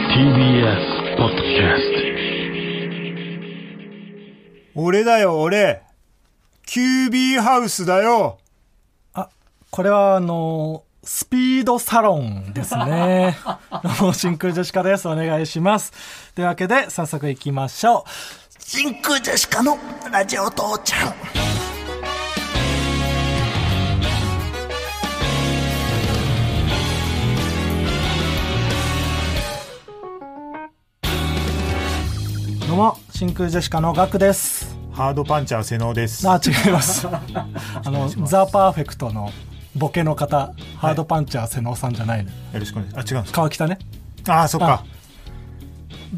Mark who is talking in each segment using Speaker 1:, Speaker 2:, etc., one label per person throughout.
Speaker 1: TBS ポッドキャス
Speaker 2: 俺だよ、俺。キュービーハウスだよ。
Speaker 3: これはあのスピードサロンですね。どうも真空ジェシカです。お願いします。というわけで、早速行きましょ
Speaker 4: 真空ジェシカのラジオ父ちゃん。
Speaker 3: う。どうも、真空ジェシカのガクです。
Speaker 2: ハードパンチャー瀬能です。
Speaker 3: あ、違います。あの、ザ・パーフェクトのボケの方、ハードパンチャー瀬能さんじゃないの。
Speaker 2: よろしくお願いします。あ、違うんですか。
Speaker 3: 川北ね。
Speaker 2: あ、そっか。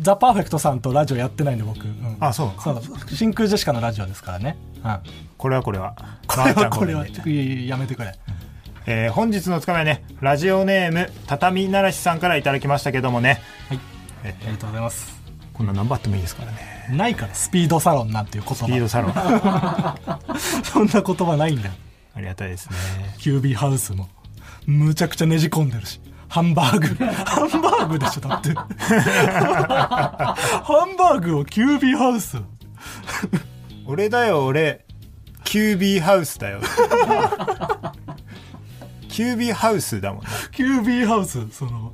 Speaker 3: ザ・パーフェクトさんとラジオやってないんで、僕。うん
Speaker 2: あ、そうか。
Speaker 3: そう真空ジェシカのラジオですからね。うん。
Speaker 2: これはこれは。
Speaker 3: これ
Speaker 2: まーちゃ
Speaker 3: は、
Speaker 2: ん
Speaker 3: これは、
Speaker 2: ごめんね
Speaker 3: いやいややめてくれ。
Speaker 2: えー本日のつかみはね、ラジオネーム、畳ならしさんからいただきましたけどもね。
Speaker 3: はい。ありがとうございます。
Speaker 2: こんな何番あってもいいですからね。
Speaker 3: ないから、スピードサロンなんていう言葉。
Speaker 2: リードサロン。あ
Speaker 3: そんな言葉ないんだよ。
Speaker 2: りがたいですね。
Speaker 3: キュービーハウスも。むちゃくちゃねじ込んでるし。ハンバ ーグ。ハンバーグでしょ、だって。ハンバーグをキュービーハウス。
Speaker 2: 俺だよ、俺。キュービーハウス だよ。キュービーハウスだもんね。
Speaker 3: キュービーハウス、その、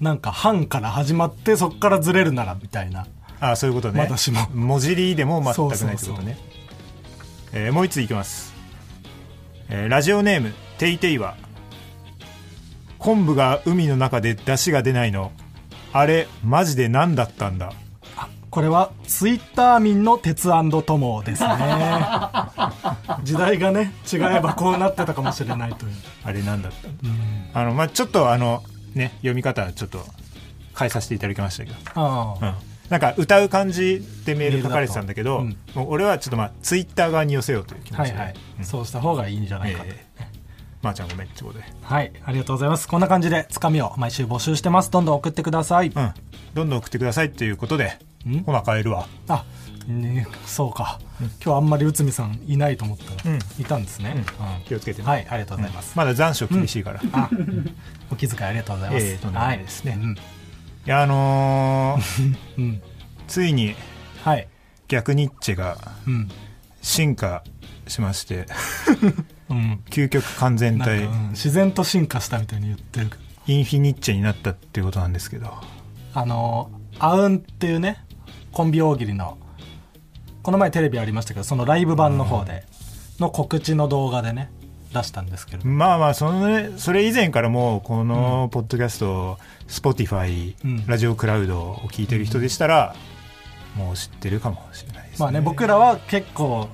Speaker 3: なんか、半から始まって、そっからずれるなら、みたいな。
Speaker 2: あそういうことね
Speaker 3: 私も
Speaker 2: 文字リーでも全くないって
Speaker 3: そう
Speaker 2: こ
Speaker 3: そ
Speaker 2: と
Speaker 3: うそう
Speaker 2: ねえーもう一ついきます、えーラジオネームていていは昆布が海の中で出汁が出ないのあれマジで何だったんだ
Speaker 3: これは、ツイッター民の鉄友です ね。時代がね、違えばこうなってたかもしれないという。
Speaker 2: あれ何だったんだあのまあちょっとあのね読み方ちょっと変えさせていただきましたけど、
Speaker 3: あ
Speaker 2: う
Speaker 3: あ
Speaker 2: ん、なんか歌う感じでメール書かれてたんだけど
Speaker 3: メールだ
Speaker 2: もう俺はちょっとまあツイッター側に寄せようという気持
Speaker 3: は
Speaker 2: ち
Speaker 3: い
Speaker 2: で、
Speaker 3: はい、
Speaker 2: うん
Speaker 3: そうした方がいいんじゃないかと、
Speaker 2: えーまー、ちゃんごめんってことで
Speaker 3: はいありがとうございますこんな感じでつかみを毎週募集してますどんどん送ってください、
Speaker 2: うん、どんどん送ってくださいっていうことで
Speaker 3: ん
Speaker 2: ほな帰るわ
Speaker 3: あねそうか、今日あんまり内海さんいないと思ったら、
Speaker 2: うん
Speaker 3: いたんですね、うん
Speaker 2: 気をつけてね
Speaker 3: はいありがとうございます、
Speaker 2: まだ残暑厳しいから、い
Speaker 3: あお気遣いありがとうございます、
Speaker 2: ええとんでもないですね
Speaker 3: はいうん
Speaker 2: やあのー
Speaker 3: うん
Speaker 2: ついに
Speaker 3: はい
Speaker 2: 逆ニッチェが
Speaker 3: うん
Speaker 2: 進化しまして
Speaker 3: うん
Speaker 2: 究極完全
Speaker 3: なん
Speaker 2: 体
Speaker 3: かうん自然と進化したみたいに言ってる
Speaker 2: インフィニッチェになったっていうことなんですけど
Speaker 3: あのアウンっていうねコンビ大喜利のこの前テレビありましたけどそのライブ版の方での告知の動画でね出したんですけど、
Speaker 2: まあまあその、ね、それ以前からもうこのポッドキャスト、Spotify、
Speaker 3: うん
Speaker 2: ラジオクラウドを聞いてる人でしたら、もう知ってるかもしれないですね,、
Speaker 3: まあね僕らは結構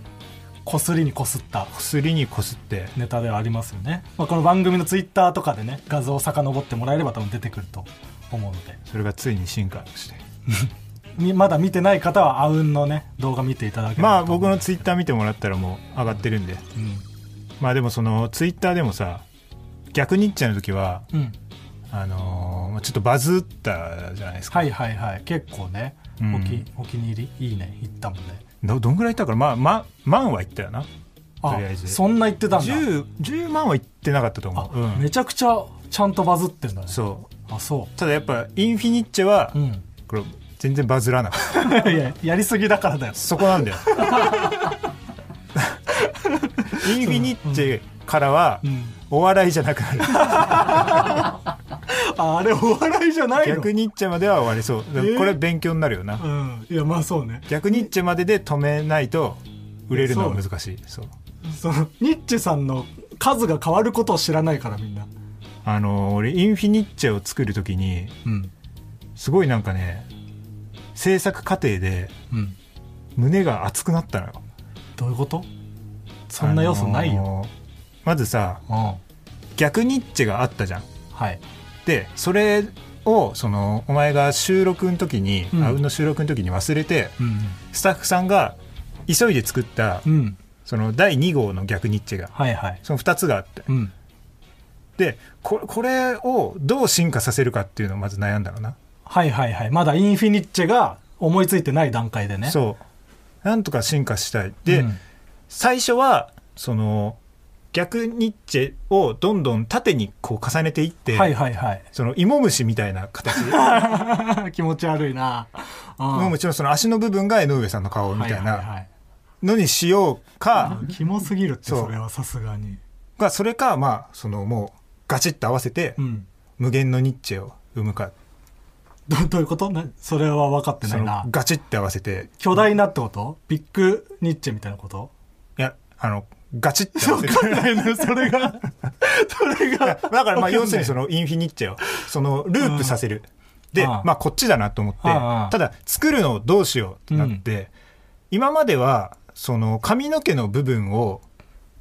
Speaker 3: こすりにこすった
Speaker 2: こすりにこすって
Speaker 3: ネタではありますよね、まあ、この番組のツイッターとかでね画像を遡ってもらえれば多分出てくると思うので
Speaker 2: それがついに進化して
Speaker 3: みまだ見てない方はアウンのね動画見ていただければ
Speaker 2: まあ
Speaker 3: と思
Speaker 2: 僕
Speaker 3: う
Speaker 2: のツイッター見てもらったらもう上がってるんでまあでもそのツイッターでもさ逆ニッチェの時は
Speaker 3: うん、うん、
Speaker 2: あのーまあちょっとバズったじゃないですか、
Speaker 3: はいはいはい結構ね
Speaker 2: うん
Speaker 3: おきお気に入りいいねいったもんね
Speaker 2: どどんぐらいいったからまあま万は行ったよなとりあえず
Speaker 3: そんな言ってたんだ、
Speaker 2: 10, 10万は行ってなかったと思
Speaker 3: あ
Speaker 2: う、うん
Speaker 3: めちゃくちゃちゃんとバズってんだね
Speaker 2: そ
Speaker 3: あそう
Speaker 2: ただやっぱインフィニッチェは、
Speaker 3: うん
Speaker 2: これ全然バズらなかった
Speaker 3: いややりすぎだからだよ
Speaker 2: そこ なんだよインフィニッチェからは、
Speaker 3: うん
Speaker 2: お笑いじゃなくなる
Speaker 3: ああれお笑いじゃないの
Speaker 2: 逆ニッチェまでは終わりそう、
Speaker 3: ー
Speaker 2: これ勉強になるよな
Speaker 3: うんいやまあそうね
Speaker 2: 逆ニッチェまでで止めないと売れるのは難しいそう
Speaker 3: そのニッチェさんの数が変わることを知らないからみんな
Speaker 2: あのー俺インフィニッチェを作る時に
Speaker 3: うん
Speaker 2: すごいなんかね制作過程で
Speaker 3: うん
Speaker 2: 胸が熱くなったのよ
Speaker 3: どういうことそんな要素ないよ、
Speaker 2: よ、まずさ逆ニッチェがあったじゃん
Speaker 3: うんはい
Speaker 2: でそれをそのお前が収録の時に、
Speaker 3: うん
Speaker 2: あうんの収録の時に忘れて
Speaker 3: うん
Speaker 2: スタッフさんが急いで作った
Speaker 3: うんうん
Speaker 2: その第2号の逆ニッチェが
Speaker 3: はいはい
Speaker 2: その2つがあって
Speaker 3: うん
Speaker 2: でこれこれをどう進化させるかっていうのをまず悩んだろうな、
Speaker 3: はいはいはいまだインフィニッチェが思いついてない段階でね
Speaker 2: そうなんとか進化したいで、
Speaker 3: うん
Speaker 2: 最初はその逆ニッチェをどんどん縦にこう重ねていって、
Speaker 3: はいはいはい。
Speaker 2: その芋虫みたいな 形
Speaker 3: 気持ち悪い な。
Speaker 2: 芋
Speaker 3: うん
Speaker 2: 虫のその足の部分が江上さんの顔みたい
Speaker 3: はは
Speaker 2: な
Speaker 3: はい
Speaker 2: のにしようか、
Speaker 3: キモすぎるって、
Speaker 2: そう
Speaker 3: それはさすがに。
Speaker 2: がそれかまあそのもうガチッと合わせて
Speaker 3: うん。
Speaker 2: 無限のニッチェを生むか
Speaker 3: どどういうことなそれは分かってな
Speaker 2: そ
Speaker 3: い
Speaker 2: の
Speaker 3: な。
Speaker 2: ガチッて合わせて
Speaker 3: 巨大なってことビッグニッチェみたいなこと
Speaker 2: いやあのガチッて合わせて
Speaker 3: ないな、そ れが。それ
Speaker 2: だ
Speaker 3: が。
Speaker 2: からまあ要するにそ
Speaker 3: の。
Speaker 2: のインフィニッチェをそのループさせるで
Speaker 3: ああ
Speaker 2: まあこっちだなと思って
Speaker 3: ああ
Speaker 2: ただ作るのをどうしようってなって今まではその髪の毛の部分を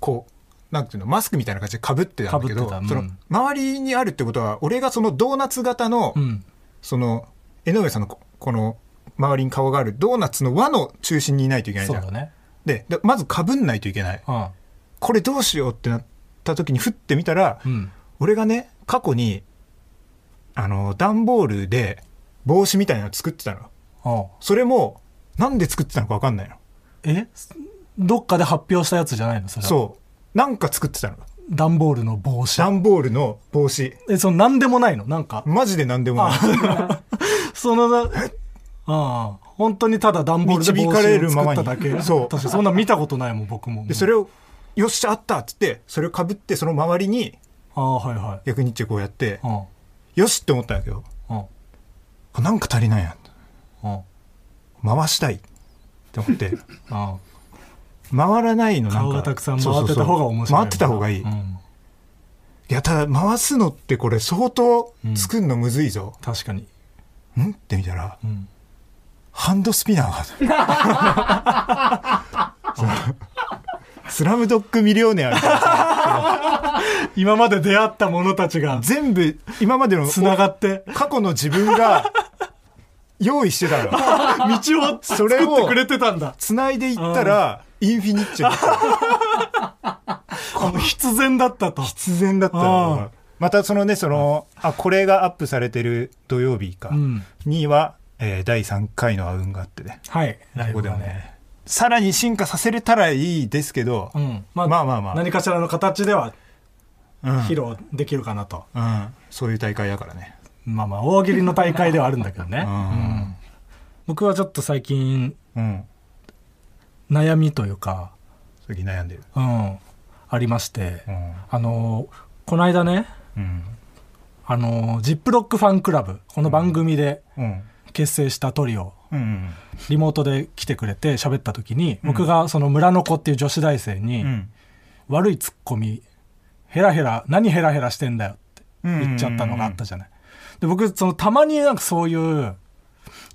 Speaker 2: こうなんていうのマスクみたいな感じでかぶってたんだけ
Speaker 3: 被っ
Speaker 2: ど
Speaker 3: てたうん
Speaker 2: その周りにあるってことは俺がそのドーナツ型の
Speaker 3: うん。
Speaker 2: その江上さんのここの周りに顔があるドーナツの輪の中心にいないといけない
Speaker 3: そ
Speaker 2: じ
Speaker 3: う
Speaker 2: ゃん
Speaker 3: だね。
Speaker 2: ででまずかぶんないといけない
Speaker 3: うん。
Speaker 2: これどうしようってなった時にふってみたら
Speaker 3: うん。
Speaker 2: 俺がね過去にあの段ボールで帽子みたいなの作ってたの
Speaker 3: おう
Speaker 2: それもなんで作ってたのか分かんないの
Speaker 3: えどっかで発表したやつじゃないのそれは。
Speaker 2: そうなんか作ってたの
Speaker 3: 段ボールの帽子。
Speaker 2: 段ボールの帽子
Speaker 3: え、その、なんでもないのなんか。
Speaker 2: マジで何でもない
Speaker 3: その、なああ、本当にただ段ボールで
Speaker 2: 導
Speaker 3: 帽子を
Speaker 2: かれる
Speaker 3: 作
Speaker 2: まま
Speaker 3: っ
Speaker 2: に
Speaker 3: ただけ。
Speaker 2: そう
Speaker 3: 確かにそんなん見たことないもん、僕も。
Speaker 2: でそれ
Speaker 3: を。
Speaker 2: を「よっしゃあった!」っつってそれをかぶってその周りに
Speaker 3: ああ、はいはい。
Speaker 2: 逆にチェこうやって
Speaker 3: うん。
Speaker 2: 「よし!」って思ったんだけど
Speaker 3: うん。
Speaker 2: あなんか足りないやん
Speaker 3: うん。
Speaker 2: 回したいって思って
Speaker 3: うん。
Speaker 2: 回らないのなんか
Speaker 3: 顔がたくさん
Speaker 2: そうそう
Speaker 3: 回っ
Speaker 2: そ
Speaker 3: て
Speaker 2: う
Speaker 3: た方が面白い。
Speaker 2: 回ってた方がいい、
Speaker 3: う
Speaker 2: い
Speaker 3: ん。
Speaker 2: やただ回すのってこれ相当作るのむずいぞ、
Speaker 3: 確かに。
Speaker 2: んって見たら、
Speaker 3: ん
Speaker 2: ハンドスピナーが そのスラムドッグミリオネアみたいなさ
Speaker 3: 今まで出会った者たちが、
Speaker 2: 全部今までの
Speaker 3: 繋 がって、
Speaker 2: 過去の自分が用意してたの
Speaker 3: 道を
Speaker 2: そ
Speaker 3: 作っ
Speaker 2: れ
Speaker 3: て
Speaker 2: を
Speaker 3: くれてたんだ。
Speaker 2: 繋いでいったらインフィニッチェだった
Speaker 3: あの必然だったと。
Speaker 2: 必然だったの
Speaker 3: あ
Speaker 2: がまたそのねそのあこれがアップされてる土曜日か、
Speaker 3: うん。
Speaker 2: には、えー第3回のあうんがあってね
Speaker 3: はい。ライ
Speaker 2: ここ
Speaker 3: ブ
Speaker 2: で
Speaker 3: が
Speaker 2: もねさらに進化させれたらいいですけど、
Speaker 3: うん。まあ
Speaker 2: まあまあまあ
Speaker 3: 何かしらの形では
Speaker 2: うん
Speaker 3: 披露できるかなと。
Speaker 2: うん、そういう大会だからね、
Speaker 3: まあまあ、大喜利の大会ではあるんだけどね。
Speaker 2: うん
Speaker 3: 僕はちょっと最近、
Speaker 2: うん、
Speaker 3: 悩みというか、
Speaker 2: 最近悩んでる、
Speaker 3: うん、ありまして
Speaker 2: う、ん
Speaker 3: あの、この間ね、
Speaker 2: うん
Speaker 3: あの、ジップロックファンクラブ、この番組で
Speaker 2: うん
Speaker 3: 結成したトリオ、
Speaker 2: うん
Speaker 3: リモートで来てくれて喋った時に、僕がその村の子っていう女子大生に、
Speaker 2: うん
Speaker 3: 悪いツッコミ、ヘラヘラ、何ヘラヘラしてんだよって言っちゃったのがあったじゃない。で、僕、そのたまになんかそういう、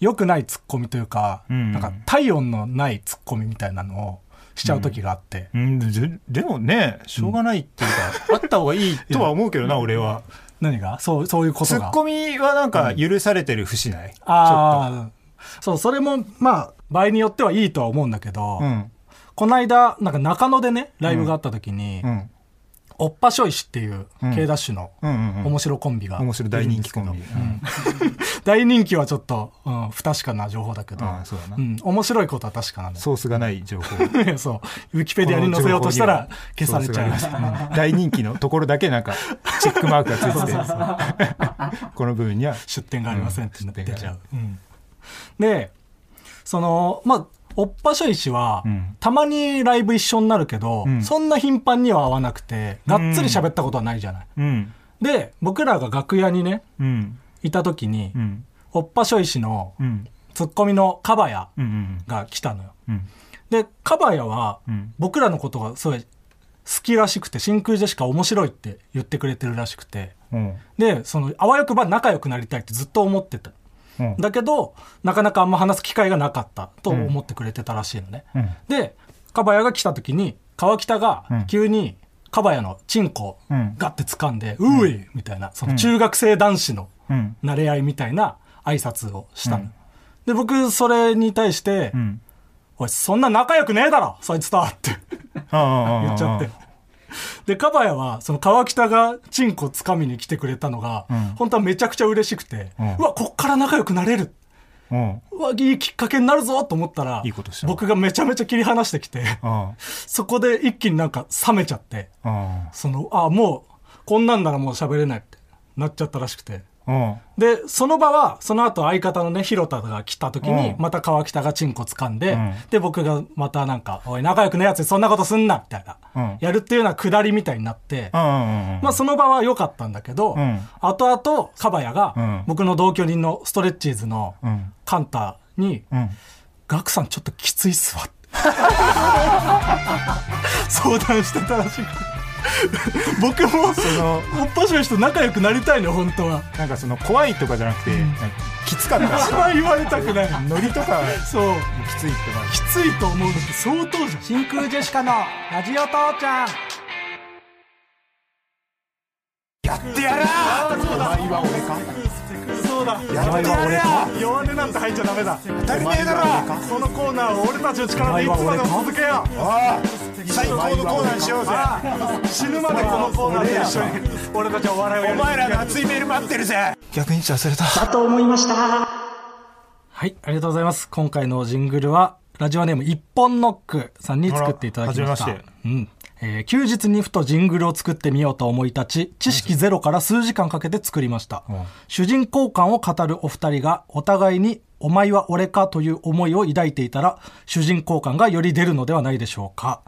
Speaker 3: 良くないツッコミというか、
Speaker 2: うんうん
Speaker 3: なんか体温のないツッコミみたいなのをしちゃう時があって、
Speaker 2: うんででもねしょうがないっていうか、あった方がい いとは思うけどな俺は
Speaker 3: 何がそう、そういうこと
Speaker 2: ツッ
Speaker 3: が。
Speaker 2: コミはなんか許されてる節ない、
Speaker 3: ああ、そう、それも、まあ、場合によってはいいとは思うんだけど、
Speaker 2: うん
Speaker 3: この間、なんか中野でね、ライブがあった時に、
Speaker 2: うん
Speaker 3: おっぱしょいしっていう
Speaker 2: うん、
Speaker 3: K ダッシュの、
Speaker 2: うんうんうん
Speaker 3: 面白コンビが。
Speaker 2: 面白い大人気コンビ、うん
Speaker 3: 大人気はちょっと、うん、不確かな情報だけど、
Speaker 2: ああそうだな
Speaker 3: うん、面白いことは確かなんだよ
Speaker 2: ソースがない情報
Speaker 3: そう。ウィキペディアに載せようとしたら消されちゃいまし
Speaker 2: ソース
Speaker 3: た。
Speaker 2: がないうん大人気のところだけなんかチェックマークがついててこの部分には
Speaker 3: 出店がありませんってなっ
Speaker 2: うん
Speaker 3: て
Speaker 2: 出
Speaker 3: 出
Speaker 2: 店
Speaker 3: ち
Speaker 2: が
Speaker 3: ゃ
Speaker 2: ある
Speaker 3: う。うんで、その、まあ、おっぱしょい氏は、
Speaker 2: うん
Speaker 3: たまにライブ一緒になるけど、
Speaker 2: うん
Speaker 3: そんな頻繁には会わなくて、がっつり喋ったことはないじゃない。
Speaker 2: うん
Speaker 3: で、僕らが楽屋にね、
Speaker 2: うん
Speaker 3: いた時に、
Speaker 2: うん
Speaker 3: おっぱしょい氏の
Speaker 2: うん
Speaker 3: ツッコミのカバヤ
Speaker 2: うんうん
Speaker 3: が来たのよ。
Speaker 2: うん
Speaker 3: で、カバヤは、
Speaker 2: うん
Speaker 3: 僕らのことがすごい好きらしくて、真空ジェシカ面白いって言ってくれてるらしくて、
Speaker 2: うん
Speaker 3: で、その、あわよくば仲良くなりたいってずっと思ってた。
Speaker 2: うん
Speaker 3: だけど、なかなかあんま話す機会がなかったと思ってくれてたらしいのね。
Speaker 2: うん
Speaker 3: で、かばやが来た時に、川北
Speaker 2: うん
Speaker 3: が急に、かばやのチンコを
Speaker 2: うん
Speaker 3: ガッて掴んで、ういみたいな、その中学生男子の
Speaker 2: うん
Speaker 3: 慣れ合いみたいな挨拶をしたの。
Speaker 2: うん
Speaker 3: で、僕、それに対して、
Speaker 2: うん
Speaker 3: おい、そんな仲良くねえだろそいつとはって。言
Speaker 2: 言
Speaker 3: っちゃって。で、かばやは、その川北がチンコ掴みに来てくれたのが、
Speaker 2: ん
Speaker 3: 本当はめちゃくちゃ嬉しくて、
Speaker 2: う
Speaker 3: うんわ、こっから仲良くなれる。
Speaker 2: うん
Speaker 3: わいいきっかけになるぞと思ったら
Speaker 2: いいことした
Speaker 3: 僕がめちゃめちゃ切り離してきて
Speaker 2: うん
Speaker 3: そこで一気になんか冷めちゃって
Speaker 2: うん
Speaker 3: そのあもうこんなんならもう喋れないってなっちゃったらしくて
Speaker 2: うん
Speaker 3: でその場はその後相方のね広田が来た時に
Speaker 2: うん
Speaker 3: また川北がチンコ掴んで、
Speaker 2: ん
Speaker 3: で僕がまたなんか「おい仲良くないやつにそんなことすんな」みたいな、
Speaker 2: うん
Speaker 3: やるっていうようなくだりみたいになって、
Speaker 2: うんうん
Speaker 3: まあその場は良かったんだけど、
Speaker 2: うん
Speaker 3: 後々カバヤ
Speaker 2: う
Speaker 3: が
Speaker 2: ん
Speaker 3: 僕の同居人のストレッチーズの
Speaker 2: うん
Speaker 3: カンタに
Speaker 2: うん
Speaker 3: ガクさんちょっときついっすわって 相談してたらしくて僕も
Speaker 2: の
Speaker 3: おっぱしの人仲良くなりたいの本当は
Speaker 2: なんかその怖いとかじゃなくてなんかきつかったし
Speaker 3: 一番言われたくない
Speaker 2: ノリとかも
Speaker 3: そう
Speaker 2: きついって感
Speaker 3: きついと思うのって相当じゃん真空ジェシカのラジオ父ちゃん
Speaker 2: じやらお前は俺か
Speaker 3: そうだ
Speaker 2: お前は俺か
Speaker 3: 弱音なんて入っちゃダメだ
Speaker 2: 当たり前だろ
Speaker 3: このコーナーを俺たちの力でいつまでも続けよう
Speaker 2: おい最高のコーナーにしようぜ
Speaker 3: 死ぬまでこのコーナーで一緒に俺たちはお笑いをや
Speaker 2: お
Speaker 3: り
Speaker 2: 前らの熱いメール待ってるぜ逆に忘れた
Speaker 3: はいありがとうございます今回のジングルはラジオネーム一本ノックさんに作っていただきました
Speaker 2: あら初
Speaker 3: うんえー休日にふとジングルを作ってみようと思い立ち知識ゼロから数時間かけて作りました、主人公感を語るお二人がお互いに「お前は俺か」という思いを抱いていたら主人公感がより出るのではないでしょうか、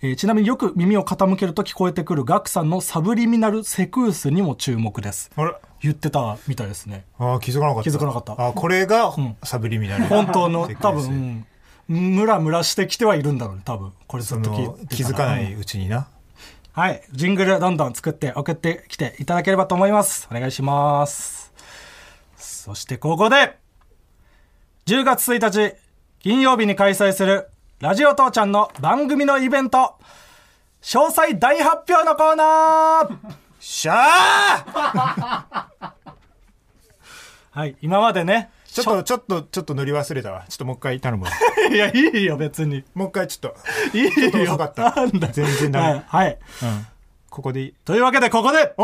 Speaker 3: えーちなみによく耳を傾けると聞こえてくるガクさんのサブリミナルセクウスにも注目です
Speaker 2: あれ
Speaker 3: 言ってたみたいですね
Speaker 2: ああ気づかなかった
Speaker 3: 気づかなかった
Speaker 2: あこれが
Speaker 3: ん
Speaker 2: サブリミナル
Speaker 3: 本当の
Speaker 2: セク
Speaker 3: 多
Speaker 2: レス
Speaker 3: 分うんムラムラしてきてはいるんだろうね多分これず
Speaker 2: そ
Speaker 3: っと聞
Speaker 2: の
Speaker 3: いて
Speaker 2: 気づ
Speaker 3: た
Speaker 2: からないうちにな
Speaker 3: はいジングルどんどん作って送ってきていただければと思いますお願いしますそしてここで10月1日金曜日に開催するラジオ父ちゃんの番組のイベント詳細大発表のコーナー
Speaker 2: しゃあ
Speaker 3: はい今ま でね
Speaker 2: ちょっとちょっとちょっと乗り忘れたわちょっともう一回頼む わ
Speaker 3: といやいいよ別に
Speaker 2: もう一回ちょっと
Speaker 3: いいよ
Speaker 2: ちょっと遅かった
Speaker 3: なんだ
Speaker 2: 全然ダメ
Speaker 3: はいはい
Speaker 2: ここでいい
Speaker 3: というわけでここで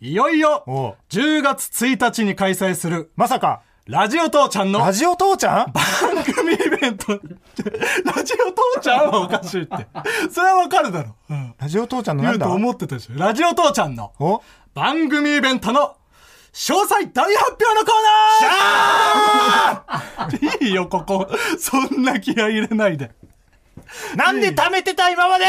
Speaker 3: いよいよ
Speaker 2: おう
Speaker 3: 10月1日に開催する
Speaker 2: まさか
Speaker 3: ラジオ父ちゃんの
Speaker 2: ラジオ父ちゃん
Speaker 3: 番組イベント ラジオ父ちゃんはおかしい ってそれはわかるだろ、うん、
Speaker 2: ラジオ父ちゃんのな
Speaker 3: 言
Speaker 2: ん
Speaker 3: うと
Speaker 2: だ
Speaker 3: 思ってたでしょラジオ父ちゃんの
Speaker 2: お
Speaker 3: 番組イベントの詳細大発表のコーナーいいよここそんな気合い入れないで
Speaker 2: なんで貯めてた今まで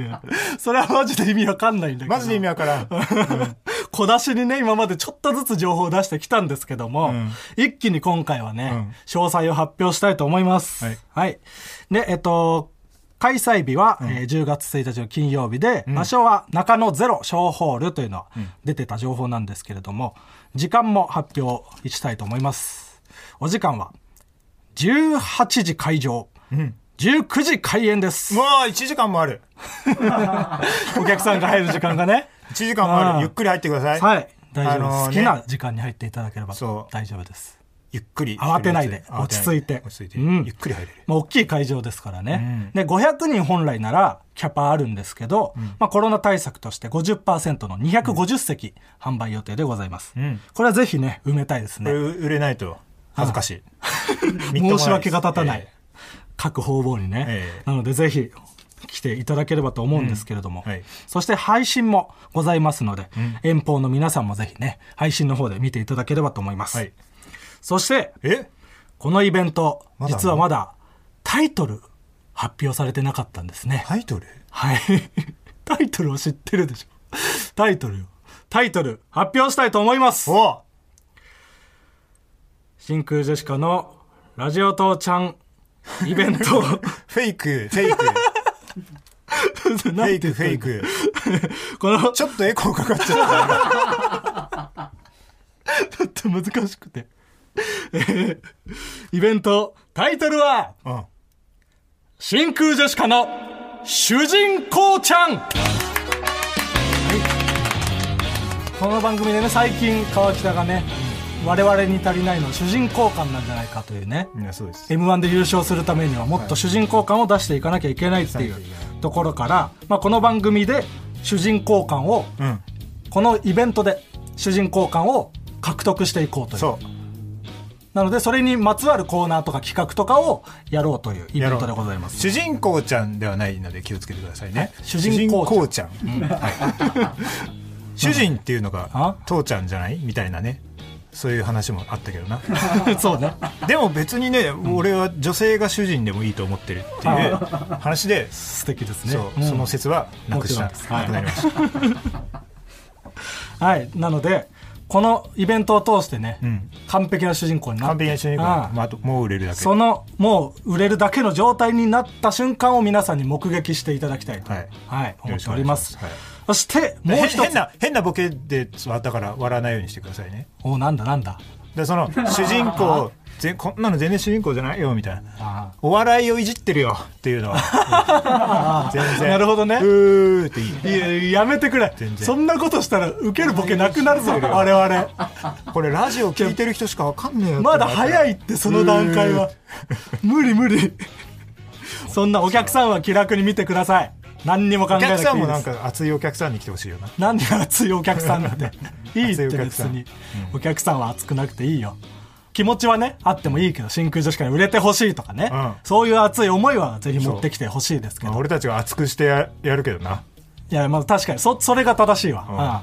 Speaker 3: いやそれはマジで意味わかんないんだけど
Speaker 2: マジで意味わ からん
Speaker 3: 小出しにね、今までちょっとずつ情報を出してきたんですけども、
Speaker 2: ん
Speaker 3: 一気に今回はね、
Speaker 2: ん
Speaker 3: 詳細を発表したいと思います。
Speaker 2: はい
Speaker 3: で、えっと、開催日は、えー10月1日の金曜日で、場所は中野ゼロ小ホールというのは出てた情報なんですけれども、時間も発表したいと思います。お時間は、18時会場、19時開演です
Speaker 2: も。う1時間もある
Speaker 3: お客さんが入る時間 がね。
Speaker 2: 1時間もあ
Speaker 3: あー
Speaker 2: るゆっくり入ってください、
Speaker 3: はい。大丈
Speaker 2: あのーね
Speaker 3: 夫です、好きな時間に入っていただければ
Speaker 2: そう
Speaker 3: 大丈夫です。
Speaker 2: ゆっくり
Speaker 3: 慌てないで
Speaker 2: 慌てな
Speaker 3: 落ち着いて
Speaker 2: 落ち着いて、
Speaker 3: うん
Speaker 2: ゆっくり入れる
Speaker 3: まあ、大きい会場ですからね、で500人本来ならキャパあるんですけど、まあ、コロナ対策として50%の250席販売予定でございます、
Speaker 2: ん
Speaker 3: これはぜひね埋めたいです
Speaker 2: これ
Speaker 3: ね
Speaker 2: 売れないと恥ずかしいみっともない
Speaker 3: 申し訳が立たない、
Speaker 2: え
Speaker 3: 各方々にね、
Speaker 2: え
Speaker 3: なのでぜひ来ていただければと思うんですけれども、
Speaker 2: うんはい
Speaker 3: そして配信もございますので、遠方の皆さんもぜひね配信の方で見ていただければと思います、
Speaker 2: はい
Speaker 3: そして
Speaker 2: ええ
Speaker 3: このイベント、
Speaker 2: まだ
Speaker 3: 実はまだタイトル発表されてなかったんですね。
Speaker 2: タイトル
Speaker 3: はい。 タイトルを知ってるでしょ。タイトルよ。タイトル発表したいと思います。
Speaker 2: お
Speaker 3: 真空ジェシカのラジオ父ちゃんイベン ト。
Speaker 2: フェイクフェイ クフ
Speaker 3: フ
Speaker 2: ェイクフェイ。ク
Speaker 3: この、ち
Speaker 2: ちょっとエコーかかっちゃっ
Speaker 3: ょっと難しくて。えー イベント、タイトルは、
Speaker 2: た、うん
Speaker 3: 真空ジェシカの主人公ちゃん、この番組でね最近川北がね我々に足りないのは主人公感なんじゃないかというね、
Speaker 2: いやそうです。
Speaker 3: m 1で優勝するためにはもっと主人公感を出していかなきゃいけないっていうところから、まあ、この番組で主人公感を
Speaker 2: うん。
Speaker 3: このイベントで主人公感を獲得していこうという
Speaker 2: そ
Speaker 3: なのでそれにまつわるコーナーとか企画とかをやろうというイベ
Speaker 2: やろ
Speaker 3: ン
Speaker 2: う
Speaker 3: トでございます
Speaker 2: 主人公ちゃんではないので気をつけてくださいね
Speaker 3: 主人公
Speaker 2: ちゃん主人,、はい、主人っていうのが
Speaker 3: あ
Speaker 2: 父ちゃんじゃないみたいなねそういう話もあったけどな
Speaker 3: そうね
Speaker 2: でも別にね俺は女性が主人でもいいと思ってるっていう話で
Speaker 3: 素敵ですね
Speaker 2: そううんその説はなくし
Speaker 3: も
Speaker 2: た
Speaker 3: ちろんです
Speaker 2: なくなりました
Speaker 3: はいなのでこのイベントを通してね、
Speaker 2: ん
Speaker 3: 完璧な主人公になって
Speaker 2: 完璧な主人公
Speaker 3: ああ
Speaker 2: まああともう売れるだけ
Speaker 3: そのもう売れるだけの状態になった瞬間を皆さんに目撃していただきたいと、
Speaker 2: は
Speaker 3: はいい思っております
Speaker 2: よろしくお願いし
Speaker 3: そしてもう
Speaker 2: 変
Speaker 3: 一つ
Speaker 2: 変な変なボケでだから笑わないようにしてくださいね
Speaker 3: おなんだなんだ
Speaker 2: で その主人公ぜこんなの全然主人公じゃないよみたい
Speaker 3: あ
Speaker 2: なお笑いをいじってるよっていうの は全然
Speaker 3: なるほどね
Speaker 2: うーっていい
Speaker 3: いややめてくれ
Speaker 2: 全然
Speaker 3: そんなことしたら受けるボケなくなるぞ我々
Speaker 2: これラジオ聞いてる人しかわかんねえよ
Speaker 3: まだ早いってその段階は 無理無理そんなお客さんは気楽に見てください何にも
Speaker 2: お
Speaker 3: 考えな
Speaker 2: 客
Speaker 3: くていいです
Speaker 2: さんもなんか熱いお客さんに来てほしいよな
Speaker 3: なんで熱いお客さん っていい
Speaker 2: 熱
Speaker 3: っ
Speaker 2: い
Speaker 3: て
Speaker 2: お客
Speaker 3: 別
Speaker 2: さん
Speaker 3: にお客さんは熱くなくていいよ気持ちはねあってもいいけど真空ジェシカに売れてほしいとかね、
Speaker 2: うん
Speaker 3: そういう熱い思いはぜひ持ってきてほしいですけ
Speaker 2: ま
Speaker 3: ど
Speaker 2: あ俺たちが熱くしてややるけどない
Speaker 3: やまあ確かにそそれが正しいわ、
Speaker 2: ん
Speaker 3: うん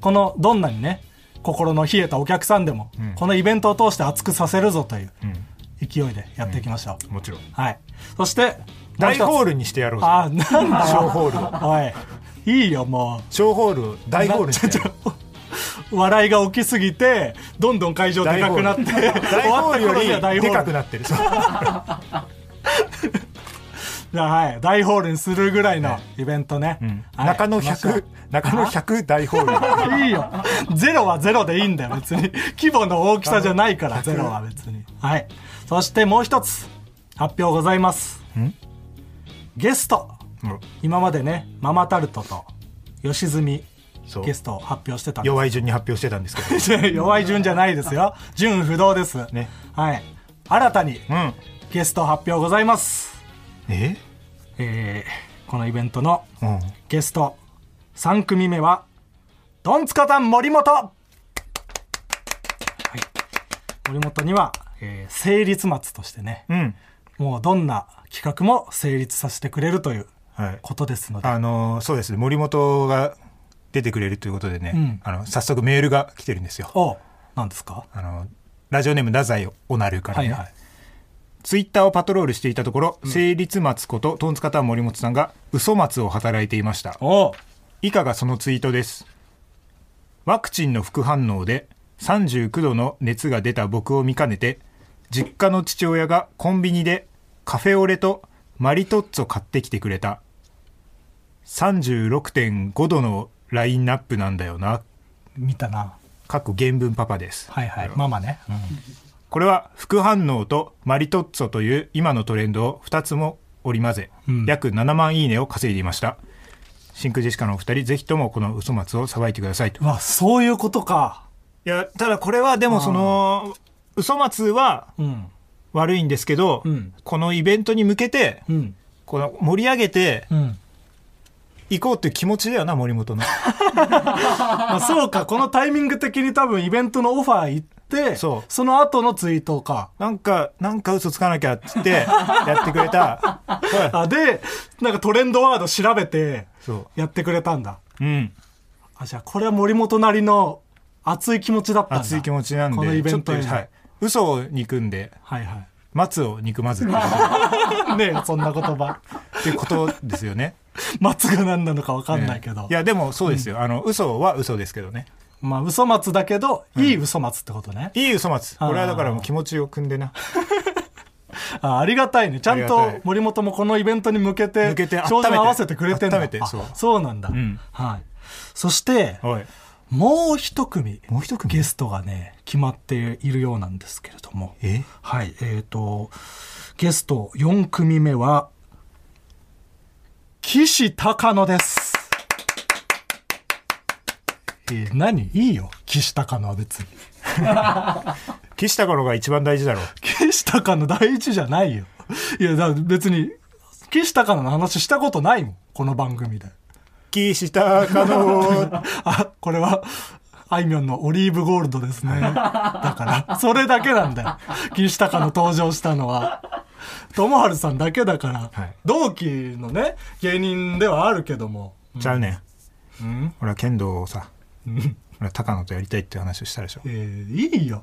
Speaker 3: このどんなにね心の冷えたお客さんでも、このイベントを通して熱くさせるぞという勢いでやっていきましょう、
Speaker 2: もちろん
Speaker 3: はいそして
Speaker 2: 大ホー
Speaker 3: ル
Speaker 2: ルにしてやろうぜ
Speaker 3: ああなんだ
Speaker 2: 小ホー
Speaker 3: ルおいいいよもう
Speaker 2: 小ホールを大ホールにして やろう
Speaker 3: 笑いが起きすぎてどんどん会場でかくなって終
Speaker 2: 大ホ
Speaker 3: わ
Speaker 2: ー
Speaker 3: っ
Speaker 2: ル
Speaker 3: た頃に
Speaker 2: よ
Speaker 3: は大
Speaker 2: り
Speaker 3: ホ
Speaker 2: で
Speaker 3: ー
Speaker 2: か
Speaker 3: ル
Speaker 2: くなってる
Speaker 3: じゃあはい大ホールにするぐらいのイベントね、はい
Speaker 2: 中野100中野100大ホール
Speaker 3: いいよゼロはゼロでいいんだよ 別に規模の大きさじゃないからゼロは別にはいそしてもう一つ発表ございますゲスト
Speaker 2: うん
Speaker 3: 今までねママタルトと吉住
Speaker 2: そう
Speaker 3: ゲストを発表してたんです
Speaker 2: 弱い順に発表してたんですけど
Speaker 3: 弱い順じゃないですよ順不動です、
Speaker 2: ね
Speaker 3: はい新たに
Speaker 2: うん
Speaker 3: ゲスト発表ございます、
Speaker 2: え
Speaker 3: えーこのイベントの
Speaker 2: うん
Speaker 3: ゲスト3組目はドンツカタン森本、はい、森本には、えー成立松としてね
Speaker 2: うん
Speaker 3: もうどんな企画も成立させてくれるという
Speaker 2: はい
Speaker 3: ことですので、
Speaker 2: あのーそうですね森本が出てくれるということでね、
Speaker 3: ん
Speaker 2: あの早速メールが来てるんですよ
Speaker 3: おなんですか
Speaker 2: あのラジオネーム太宰おなるから
Speaker 3: は
Speaker 2: ね、
Speaker 3: いはい
Speaker 2: ツイッターをパトロールしていたところ、成立松ことトンツカタン森本さんが嘘松を働いていました
Speaker 3: お
Speaker 2: 以下がそのツイートですワクチンの副反応で39度の熱が出た僕を見かねて実家の父親がコンビニでカフェオレとマリトッツォ買ってきてくれた36.5度のラインナップなんだよな
Speaker 3: 見たな
Speaker 2: 過去原文パパです
Speaker 3: はいはいママね、
Speaker 2: これは副反応とマリトッツォという今のトレンドを2つも織り交ぜ、
Speaker 3: ん
Speaker 2: 約7万いいねを稼いでいました真空ジェシカのお二人ぜひともこの嘘松をさばいてくださいと
Speaker 3: うわそういうことか
Speaker 2: いや、ただこれはでもその、嘘松は
Speaker 3: うん
Speaker 2: 悪いんですけど、
Speaker 3: うん
Speaker 2: このイベントに向けて、
Speaker 3: うん
Speaker 2: この盛り上げて
Speaker 3: うん
Speaker 2: いこうっていう気持ちだよな、森本 の。
Speaker 3: まあ、そうか、このタイミング的に多分イベントのオファー行って、
Speaker 2: そう
Speaker 3: の後のツイートか。
Speaker 2: なんか、なんか嘘つかなきゃっつって、やってくれ た。
Speaker 3: あで、なんかトレンドワード調べて、
Speaker 2: そ
Speaker 3: やってくれたんだ。
Speaker 2: う。うん。
Speaker 3: あ、じゃあこれは森本なりの熱い気持ちだったんだ。
Speaker 2: 熱い気持ちなんで、
Speaker 3: このイベント
Speaker 2: ちょっとはい。嘘を憎んで、
Speaker 3: はいは
Speaker 2: 松を憎まず って
Speaker 3: い。ねえ、そんな言 葉。
Speaker 2: いうことですよね。
Speaker 3: 松が何なのか分かんないけど。
Speaker 2: いや、でもそうですよ。あの、嘘は嘘ですけどね。
Speaker 3: まあ、嘘松だけど、いい嘘松ってことね。
Speaker 2: いい嘘松。これはだからもう気持ちを組んで な。
Speaker 3: あありがたいね。ちゃん
Speaker 2: ありがた
Speaker 3: と
Speaker 2: い
Speaker 3: 森本もこのイベントに向けて、
Speaker 2: 向けて温めて
Speaker 3: 照準合わせてくれてんだ
Speaker 2: 温めてそう
Speaker 3: あそうなんだ。
Speaker 2: ん
Speaker 3: はい。そして、
Speaker 2: おい。
Speaker 3: もう一組、
Speaker 2: もう一組
Speaker 3: ゲストがね、決まっているようなんですけれども。
Speaker 2: え
Speaker 3: はい、えっ、と、ゲスト4組目は、岸高野です。えー何いいよ、岸高野は別に。
Speaker 2: 岸田頃が一番大事だろう。
Speaker 3: 岸高野第一じゃないよ。いや、だから別に、岸高野の話したことないもん、この番組で。
Speaker 2: 岸田かの
Speaker 3: あ、これは、あいみょんのオリーブゴールドですね。だから、それだけなんだよ。岸高の登場したのは。友春さんだけだから、
Speaker 2: はい
Speaker 3: 同期のね、芸人ではあるけども。
Speaker 2: ちゃうね
Speaker 3: うんん。
Speaker 2: 俺は剣道をさ
Speaker 3: うん
Speaker 2: 俺は高野とやりたいっていう話をしたでしょ
Speaker 3: えーいいよ。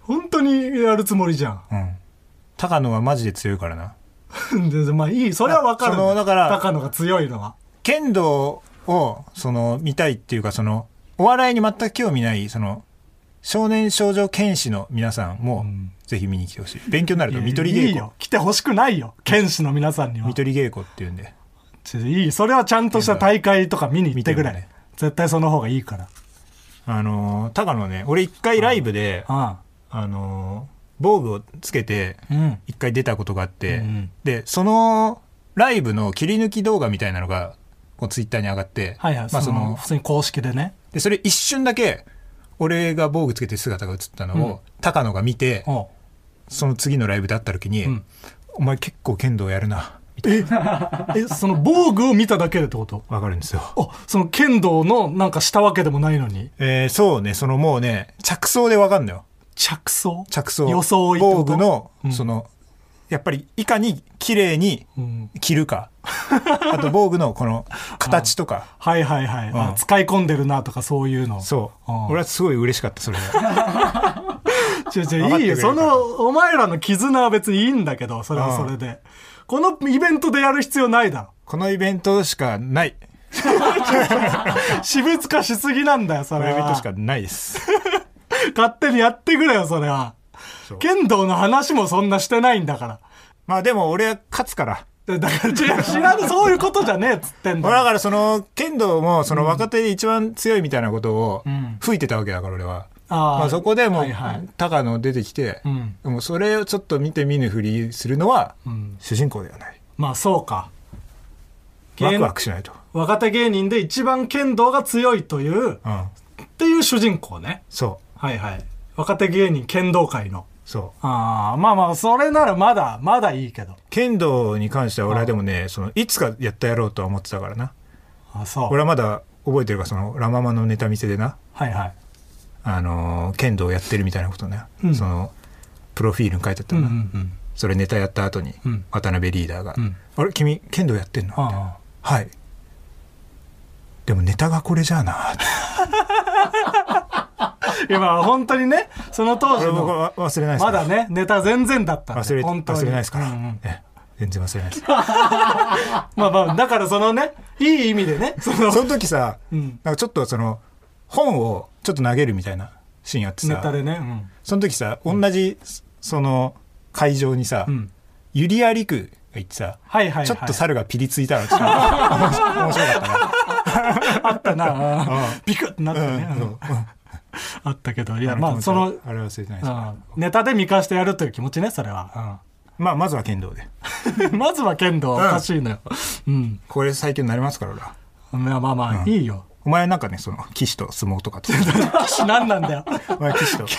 Speaker 3: 本当にやるつもりじゃん。
Speaker 2: うん高野はマジで強いからな
Speaker 3: 全然まあいい。それはわかる。
Speaker 2: そのだから
Speaker 3: 高野が強いのは。
Speaker 2: 剣道をその見たいっていうかそのお笑いに全く興味ないその少年少女剣士の皆さんも
Speaker 3: ん
Speaker 2: ぜひ見に来てほしい勉強になると見取り
Speaker 3: い
Speaker 2: 稽
Speaker 3: い
Speaker 2: 古
Speaker 3: よ。来てほしくないよ。剣士の皆さんには
Speaker 2: 見。取り稽古っていうんで
Speaker 3: ちょいい。それはちゃんとした大会とか見に行ってくれ。
Speaker 2: 見てるね
Speaker 3: 絶対その方がいいから。
Speaker 2: あのー高野ね俺一回ライブで
Speaker 3: あ
Speaker 2: あのー防具をつけて
Speaker 3: あうん。
Speaker 2: 一回出たことがあって、
Speaker 3: うん
Speaker 2: でそのライブの切り抜き動画みたいなのがこうツイッターに上がって、
Speaker 3: はいはい。
Speaker 2: まあ、そ
Speaker 3: その、
Speaker 2: の
Speaker 3: 普通に公式でね。
Speaker 2: でそれ一瞬だけ俺が防具つけて姿が映ったのを、
Speaker 3: うん
Speaker 2: 高野が見て
Speaker 3: おう
Speaker 2: その次のライブで会った時に、
Speaker 3: ん
Speaker 2: お前結構剣道やるなみたい
Speaker 3: え、え、その防具を見ただけでってこと
Speaker 2: なわかるんですよ
Speaker 3: あ、その剣道のなんかしたわけでもないのに。
Speaker 2: えーそうねそのもうね着想でわかんのよ
Speaker 3: 着想
Speaker 2: 着想
Speaker 3: 装いってこ
Speaker 2: 防具
Speaker 3: と
Speaker 2: の、
Speaker 3: うん
Speaker 2: そのやっぱりいかに綺麗に
Speaker 3: うん。
Speaker 2: 着る かあと防具のこの形とか
Speaker 3: はいはいはい。あ
Speaker 2: うん
Speaker 3: 使い込んでるなとかそういうの。
Speaker 2: そう
Speaker 3: うん
Speaker 2: 俺はすごい嬉しかったそれ が
Speaker 3: 違う
Speaker 2: 分
Speaker 3: 違
Speaker 2: かって
Speaker 3: ういい
Speaker 2: くれ
Speaker 3: よ
Speaker 2: る
Speaker 3: そのお前らの絆は別にいいんだけどそれはそれで、このイベントでやる必要ないだ
Speaker 2: このイベントしかない
Speaker 3: ろ 私物化しすぎなんだよそ
Speaker 2: この
Speaker 3: れ
Speaker 2: イベント
Speaker 3: は
Speaker 2: しかないです
Speaker 3: 勝手にやってくれよそれは
Speaker 2: そう
Speaker 3: 剣道の話もそんなしてないんだか
Speaker 2: まあでも俺は勝つから
Speaker 3: らだから違う知らぬそういうことじゃねえっつってん
Speaker 2: 俺だ
Speaker 3: だ
Speaker 2: からその剣道もその若手で一番強いみたいなことを
Speaker 3: ん
Speaker 2: 吹いてたわけだから俺は、
Speaker 3: あー
Speaker 2: まあ、そこでもう、
Speaker 3: はいはい
Speaker 2: 高野出てきて、
Speaker 3: うん
Speaker 2: でもそれをちょっと見て見ぬふりするのは
Speaker 3: ん
Speaker 2: 主人公ではない、
Speaker 3: まあそうか
Speaker 2: ワクワ
Speaker 3: 芸
Speaker 2: クしないと、
Speaker 3: 若手芸人で一番剣道が強いという
Speaker 2: うん、
Speaker 3: っていう主人公ね
Speaker 2: そう
Speaker 3: はいはい若手芸人剣道界の
Speaker 2: そう
Speaker 3: ああまあまあそれならまだまだいいけど
Speaker 2: 剣道に関しては俺はでもねそのいつかやったやろうとは思ってたからな
Speaker 3: あそう
Speaker 2: 俺はまだ覚えてるからそのラ・ママのネタ見せでな、
Speaker 3: はいはい
Speaker 2: あのー剣道やってるみたいなことね、
Speaker 3: うん
Speaker 2: そのプロフィールに書いてあった
Speaker 3: う
Speaker 2: の
Speaker 3: んう
Speaker 2: な、
Speaker 3: んうん
Speaker 2: それネタやった後に
Speaker 3: うん
Speaker 2: 渡辺リーダーが「
Speaker 3: うん
Speaker 2: あれ君剣道やってんの?」みたいな
Speaker 3: あ
Speaker 2: はい。でもネタがこれじゃあな。
Speaker 3: あ今本当にねその当
Speaker 2: こ
Speaker 3: 時
Speaker 2: れ僕
Speaker 3: の
Speaker 2: は忘れないですか
Speaker 3: ま
Speaker 2: ら。
Speaker 3: だねネタ全然だったんで
Speaker 2: 忘れ
Speaker 3: 本当に
Speaker 2: 忘れないですから。
Speaker 3: うんうん
Speaker 2: ね全然忘れないです。
Speaker 3: まあまあだからそのねいい意味でねそ の
Speaker 2: その時さ、
Speaker 3: うん
Speaker 2: なんかちょっとその本をちょっと投げるみたいなシーンあって
Speaker 3: ネタ
Speaker 2: さ、
Speaker 3: でねうん
Speaker 2: その時さ同じその会場にさ、
Speaker 3: ん
Speaker 2: ユリアリクが行ってさ、
Speaker 3: はいはいはい
Speaker 2: ちょっと猿がピリついたのち ょっと面白面白かったな。
Speaker 3: あっ たなビクッてなってね
Speaker 2: うん
Speaker 3: う
Speaker 2: そ
Speaker 3: ん
Speaker 2: う
Speaker 3: あったけどいや
Speaker 2: あの
Speaker 3: ま
Speaker 2: 気
Speaker 3: あ
Speaker 2: 持ち
Speaker 3: そ
Speaker 2: は
Speaker 3: の
Speaker 2: あれは忘れてないですから
Speaker 3: うんネタで見返してやるという気持ちねそれ は
Speaker 2: まあまずは剣道で。
Speaker 3: うんまずは剣道はおかしいのようん
Speaker 2: これ最強になりますから俺は。
Speaker 3: まあまあまあいいよ
Speaker 2: お前なんかねその騎士と相撲と かと。
Speaker 3: 騎士何なんだよ
Speaker 2: お前騎士と。
Speaker 3: 騎士、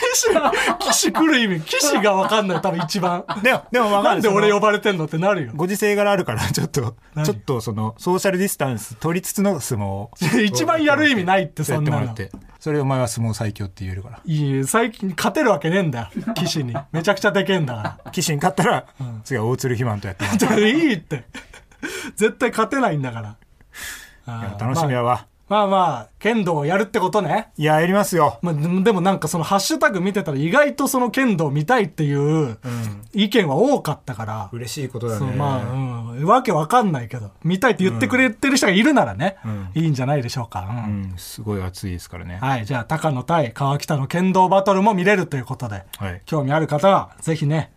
Speaker 3: 騎士来る意味、騎士が分かんない、多分 一番。
Speaker 2: でも、でもわか
Speaker 3: な
Speaker 2: る
Speaker 3: んで俺呼
Speaker 2: ば
Speaker 3: ばれてんのってなるよ。
Speaker 2: ご時世柄あるから、ちょっと、
Speaker 3: 何。
Speaker 2: ちょっとその、ソーシャルディスタンス取りつつの相撲を
Speaker 3: 一番やる意味ないって、
Speaker 2: そうや
Speaker 3: そ
Speaker 2: っ
Speaker 3: ん
Speaker 2: ても
Speaker 3: な
Speaker 2: らっ
Speaker 3: の。
Speaker 2: て。それお前は相撲最強って言えるから。
Speaker 3: いいえ最近勝てるわけねえんだよ、騎士に。めちゃくちゃでけえんだか
Speaker 2: 騎士に勝ったら、次は大鶴ひまんとやってもら
Speaker 3: ら。ちょいいって。 絶対勝てないんだから。
Speaker 2: う
Speaker 3: あ
Speaker 2: い
Speaker 3: ー
Speaker 2: や楽しみや
Speaker 3: まあ
Speaker 2: わ。
Speaker 3: まあまあ、剣道をやるってことね。
Speaker 2: いや、やりますよ。
Speaker 3: まあ、でもでもなんかそのハッシュタグ見てたら意外とその剣道見たいっていう意見は多かったから。
Speaker 2: 嬉しいことだ
Speaker 3: そう
Speaker 2: ね。
Speaker 3: まあ、うん、わけわかんないけど見たいって言ってくれてる人がいるならね、いいんじゃないでしょうか、うん
Speaker 2: うん、すごい熱いですからね。
Speaker 3: はいじゃあ高野対川北の剣道バトルも見れるということで、
Speaker 2: はい
Speaker 3: 興味ある方はぜひね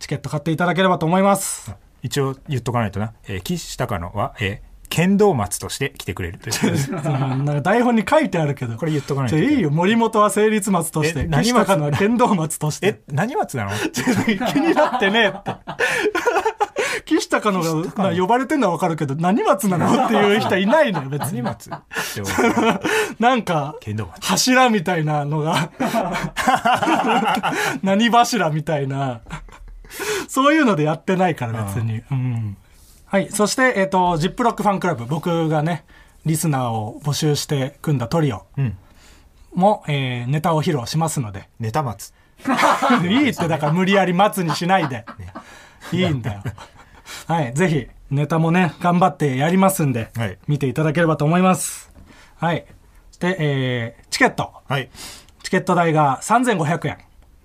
Speaker 3: チケット買っていただければと思います
Speaker 2: 一応言っとかないとな。えー岸高野は、えー剣道松として来てくれるということです。
Speaker 3: そのなんか台本に書いてあるけど
Speaker 2: これ言っとかない
Speaker 3: じ
Speaker 2: と
Speaker 3: ゃあいいよ森本は成立松とし
Speaker 2: え
Speaker 3: て
Speaker 2: 何
Speaker 3: 岸
Speaker 2: 松
Speaker 3: 高野は剣道松とし
Speaker 2: え
Speaker 3: て、
Speaker 2: 何松なの
Speaker 3: 気になってね えって岸高野がまあ呼ばれてんのはわかるけど何松なのっていう人いないのよ別
Speaker 2: 何
Speaker 3: に
Speaker 2: 松って思う
Speaker 3: なんか
Speaker 2: 剣道松。
Speaker 3: 柱みたいなのが 何柱みたいなそういうのでやってないから別に、うんはいそしてえっ、とジップロックファンクラブ僕がねリスナーを募集して組んだトリオ、
Speaker 2: うん。
Speaker 3: も、えーネタを披露しますので
Speaker 2: ネタ松
Speaker 3: いいってだから無理やり待つにしないでいいんだよはいぜひネタもね頑張ってやりますんで、
Speaker 2: はい
Speaker 3: 見ていただければと思いますはいそして、えーチケット
Speaker 2: はい
Speaker 3: チケット代が3500円。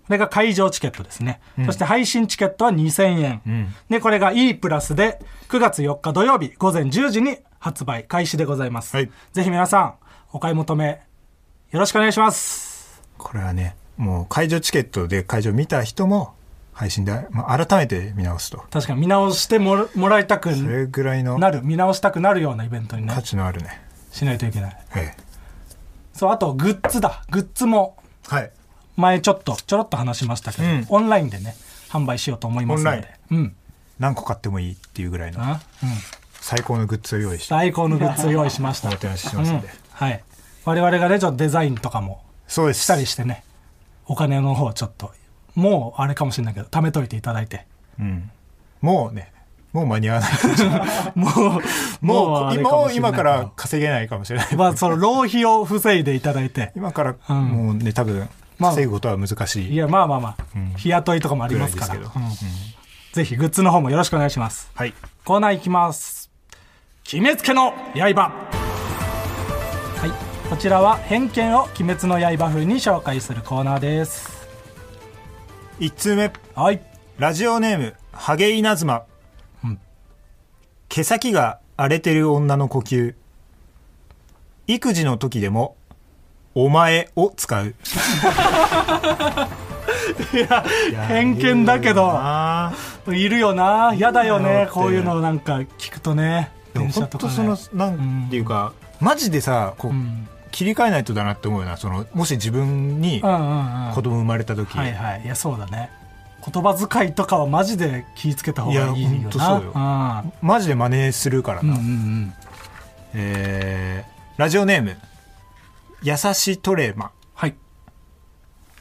Speaker 3: これが会場チケットですね。そして配信チケットは2000円。で、これが E プラスで9月4日土曜日午前10時に発売開始でございます。
Speaker 2: はい
Speaker 3: ぜひ皆さん、お買い求めよろしくお願いします。
Speaker 2: これはねもう会場チケットで会場見た人も配信で、まあ、改めて見直すと
Speaker 3: 確かに見直してもらもらいたく
Speaker 2: それぐらいの
Speaker 3: なる、見直したくなるようなイベントにね
Speaker 2: 価、値のあるね、
Speaker 3: しないといけない。
Speaker 2: ええ
Speaker 3: そう、あとグッズだ。グッズも
Speaker 2: はい
Speaker 3: 前ちょっとちょろっと話しましたけど、
Speaker 2: うん
Speaker 3: オンラインでね、販売しようと思いますの
Speaker 2: オンラ
Speaker 3: で。うん。
Speaker 2: 何個買ってもいいっていうぐらいの
Speaker 3: あうん
Speaker 2: 最高のグッズを用意して
Speaker 3: 最高のグッズを用意しました
Speaker 2: おもてなししますんで、
Speaker 3: はい我々がねちょっとデザインとかも
Speaker 2: そうで
Speaker 3: し
Speaker 2: す
Speaker 3: たりしてねお金の方ちょっともうあれかもしれないけど貯めといていただいて
Speaker 2: うん、もうねもう間に合わない
Speaker 3: もう
Speaker 2: もう
Speaker 3: あれ
Speaker 2: 今
Speaker 3: か
Speaker 2: 今
Speaker 3: もしれないけど
Speaker 2: から稼げないかもしれない、
Speaker 3: まあその浪費を防いでいただいて
Speaker 2: 今から
Speaker 3: ん
Speaker 2: もうね多分
Speaker 3: まあ
Speaker 2: 稼ぐことは難し
Speaker 3: い
Speaker 2: い
Speaker 3: やまあまあまあ、
Speaker 2: ん
Speaker 3: 日雇いとかもあり
Speaker 2: ぐら
Speaker 3: ま
Speaker 2: い
Speaker 3: す
Speaker 2: で
Speaker 3: か
Speaker 2: す
Speaker 3: ら
Speaker 2: けど、
Speaker 3: うんぜひグッズの方もよろしくお願いします
Speaker 2: はい
Speaker 3: コーナーいきます決めつけの刃はいこちらは偏見を鬼滅の刃風に紹介するコーナーです
Speaker 2: 1通目
Speaker 3: はい
Speaker 2: ラジオネームハゲイナズマ、毛先が荒れてる女の呼吸育児の時でも「お前」を使 ういや
Speaker 3: 偏見だけど
Speaker 2: いるよない
Speaker 3: るよな嫌だよ
Speaker 2: だよっ
Speaker 3: ね
Speaker 2: て
Speaker 3: こういうのなんか聞くとね
Speaker 2: でも
Speaker 3: 電車
Speaker 2: 本
Speaker 3: とか
Speaker 2: 当
Speaker 3: ね
Speaker 2: そのなんていうか、マジでさこう、
Speaker 3: うん
Speaker 2: 切り替えないとだなって思うよなそのもし自分に
Speaker 3: うんうんうん
Speaker 2: 子供生まれた時、
Speaker 3: はいはいいやそうだね言葉遣いとかはマジで気ぃつけた方がいいよない
Speaker 2: やほんとそうよマジで真似するから
Speaker 3: うん
Speaker 2: な、
Speaker 3: うんうん
Speaker 2: えーラジオネーム「優しトレーマ
Speaker 3: はい」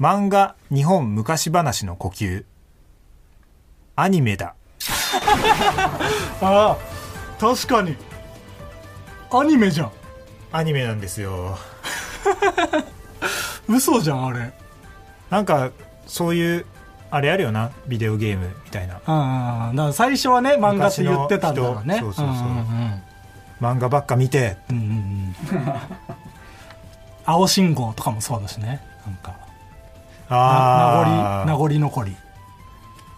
Speaker 2: 漫画「日本昔話の呼吸」アニメだ
Speaker 3: ああ確かにアニメじゃん
Speaker 2: アニメなんですよ
Speaker 3: 嘘じゃんあれ
Speaker 2: なんかそういうあれあるよなビデオゲームみたいな
Speaker 3: うんうんうんだから最初はね漫画って言ってたんだろうね
Speaker 2: 昔の人そうそうそうん
Speaker 3: ん
Speaker 2: 漫画ばっか見て
Speaker 3: うんうんうんうん青信号とかもそうだしねなんかな
Speaker 2: あ
Speaker 3: 名
Speaker 2: あ
Speaker 3: 残名残残り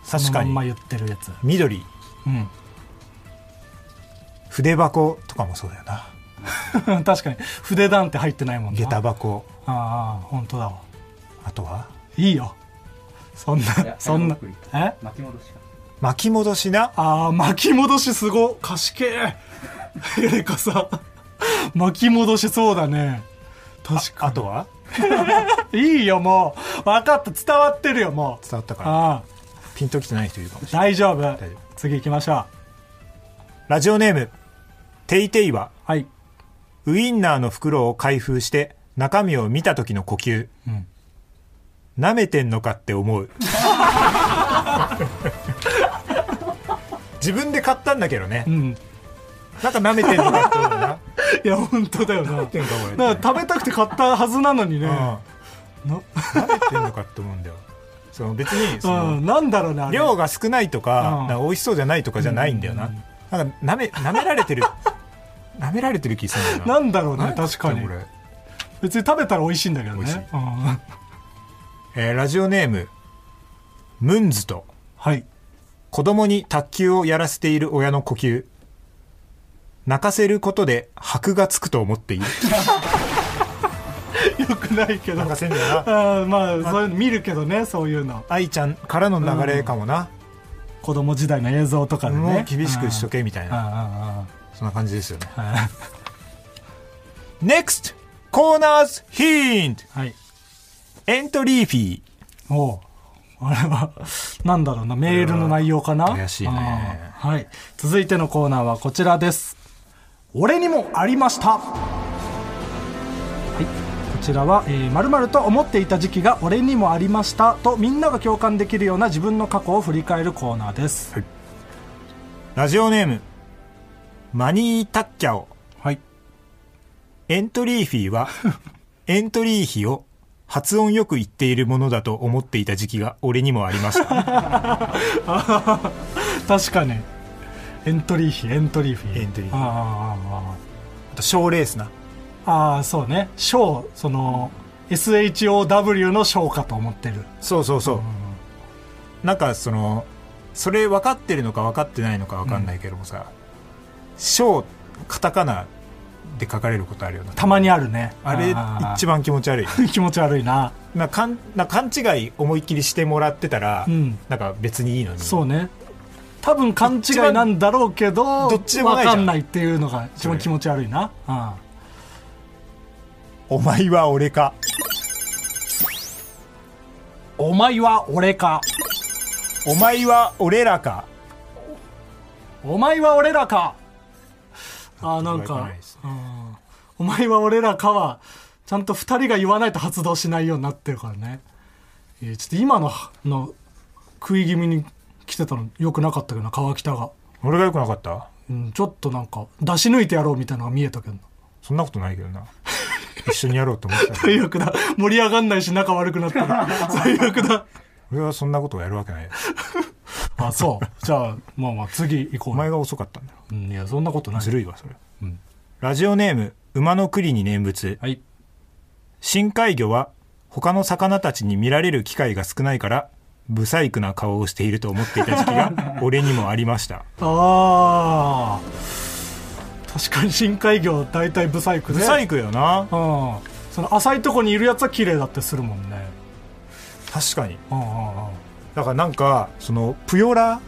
Speaker 2: 確か
Speaker 3: その
Speaker 2: に
Speaker 3: まんま言ってるやつ
Speaker 2: 緑
Speaker 3: うん
Speaker 2: 筆箱とかもそうだよな
Speaker 3: 確かに筆談って入ってないもんな
Speaker 2: 下駄箱
Speaker 3: ああ本当だわ
Speaker 2: あとはい
Speaker 3: いよそんなそんな
Speaker 5: 早送り
Speaker 3: え
Speaker 5: 巻き戻しか
Speaker 2: 巻き戻しな
Speaker 3: ああ巻き戻しすご貸し系エレカさん巻き戻しそうだね確
Speaker 2: あ
Speaker 3: か
Speaker 2: とは
Speaker 3: に いいよもう分かった伝わってるよもう
Speaker 2: 伝わったから
Speaker 3: ああ
Speaker 2: ピンときてない人いるかもしれない
Speaker 3: 大丈夫
Speaker 2: 丈夫
Speaker 3: 次行きましょ
Speaker 2: ラジオネームテイテイは
Speaker 3: うはい
Speaker 2: ウインナーの袋を開封して中身を見た時の呼吸、
Speaker 3: ん
Speaker 2: 舐めてんのかって思 う自分で買ったんだけどね
Speaker 3: うん
Speaker 2: なんか舐めてんのかって思うない
Speaker 3: や本当だよな
Speaker 2: てんのかこれ
Speaker 3: なんか食べたくて買ったはずなのにね、
Speaker 2: うん舐めてんのかって思うんだよその別にその
Speaker 3: うん、なんだろうねあれ
Speaker 2: 量が少ないとか,、
Speaker 3: うん
Speaker 2: なんか美味しそうじゃないとかじゃないんだよな、なんか舐め舐められてる 舐められてる気するんだよ
Speaker 3: な
Speaker 2: なん
Speaker 3: だろうね
Speaker 2: 何食っ
Speaker 3: 確
Speaker 2: てんのこ
Speaker 3: かに
Speaker 2: れ
Speaker 3: 別に食べたら美味しいんだけど
Speaker 2: 美味しい
Speaker 3: ね、うん、
Speaker 2: えーラジオネームムンズと
Speaker 3: はい
Speaker 2: 子供に卓球をやらせている親の呼吸泣かせることで箔がつくと思って いる
Speaker 3: よくないけど
Speaker 2: 泣かせんだよな
Speaker 3: あーまあそういうの見るけどねそういうの
Speaker 2: 愛ちゃんからの流れかもな、
Speaker 3: 子供時代の映像とかでね
Speaker 2: もう厳しくしとけみたいな
Speaker 3: あ
Speaker 2: そんな感じですよね
Speaker 3: ーあーあーあ
Speaker 2: NEXT コーナーズヒント
Speaker 3: ーはい
Speaker 2: エントリーフィー
Speaker 3: おうあれはなんだろうなメールの内容かな
Speaker 2: 怪しいね
Speaker 3: あーはい続いてのコーナーはこちらです俺にもありましたはいこちらは、えー、〇〇と思っていた時期が俺にもありましたとみんなが共感できるような自分の過去を振り返るコーナーです
Speaker 2: ラジオネームマニー・タッキャオ
Speaker 3: はい
Speaker 2: エントリーフィーはエントリー費を発音よく言っているものだと思っていた時期が俺にもありました
Speaker 3: 確かにエントリー費エントリー費
Speaker 2: エントリー費
Speaker 3: あ
Speaker 2: あと賞レースな
Speaker 3: あああああそうね賞その SHOW の賞かと思ってる
Speaker 2: そうそうそう、なんかそのそれ分かってるのか分かってないのか分かんないけどもさ「賞、カタカナで書かれることあるよな
Speaker 3: たまにあるね
Speaker 2: あれ一番気持ち悪い
Speaker 3: 番気持ち悪いな
Speaker 2: なかんな勘違い思いっきりしてもらってたら、
Speaker 3: うん
Speaker 2: なんか別にいいのに
Speaker 3: そうね多分勘違いなんだろうけど
Speaker 2: どっちでもないじゃん
Speaker 3: わかんないっていうのが一番気持ち悪いな、うん
Speaker 2: お前は俺か
Speaker 3: お前は俺か
Speaker 2: お前は俺らか
Speaker 3: お前は俺らかあーなん
Speaker 2: 言わ
Speaker 3: か
Speaker 2: ないです
Speaker 3: うんお前は俺らかはちゃんと2人が言わないと発動しないようになってるからねいやちょっと今のの食い気味に来てたのよくなかったけどな川北が、
Speaker 2: 俺が良くなかった
Speaker 3: うん、ちょっとなんか出し抜いてやろうみたいなのが見えたけどな
Speaker 2: そんなことないけどな一緒にやろうと思 ってたのに
Speaker 3: 最悪だ盛り上がんないし仲悪くな ったら最悪だ
Speaker 2: 俺はそんなことをやるわけないよ
Speaker 3: あそうじゃあまあまあ次行こう
Speaker 2: お前が遅かったんだろ
Speaker 3: うんいやそんなことない
Speaker 2: ずるいわそれ、
Speaker 3: うん
Speaker 2: ラジオネーム馬の栗に念仏、
Speaker 3: はい
Speaker 2: 深海魚は他の魚たちに見られる機会が少ないからブサイクな顔をしていると思っていた時期 が俺にもありました
Speaker 3: ああ確かに深海魚大体ブサイクね
Speaker 2: ブサイクよな
Speaker 3: うんその浅いとこにいるやつは綺麗だってするもんね
Speaker 2: 確かに
Speaker 3: うんうんうん
Speaker 2: だからなんかそのプヨラ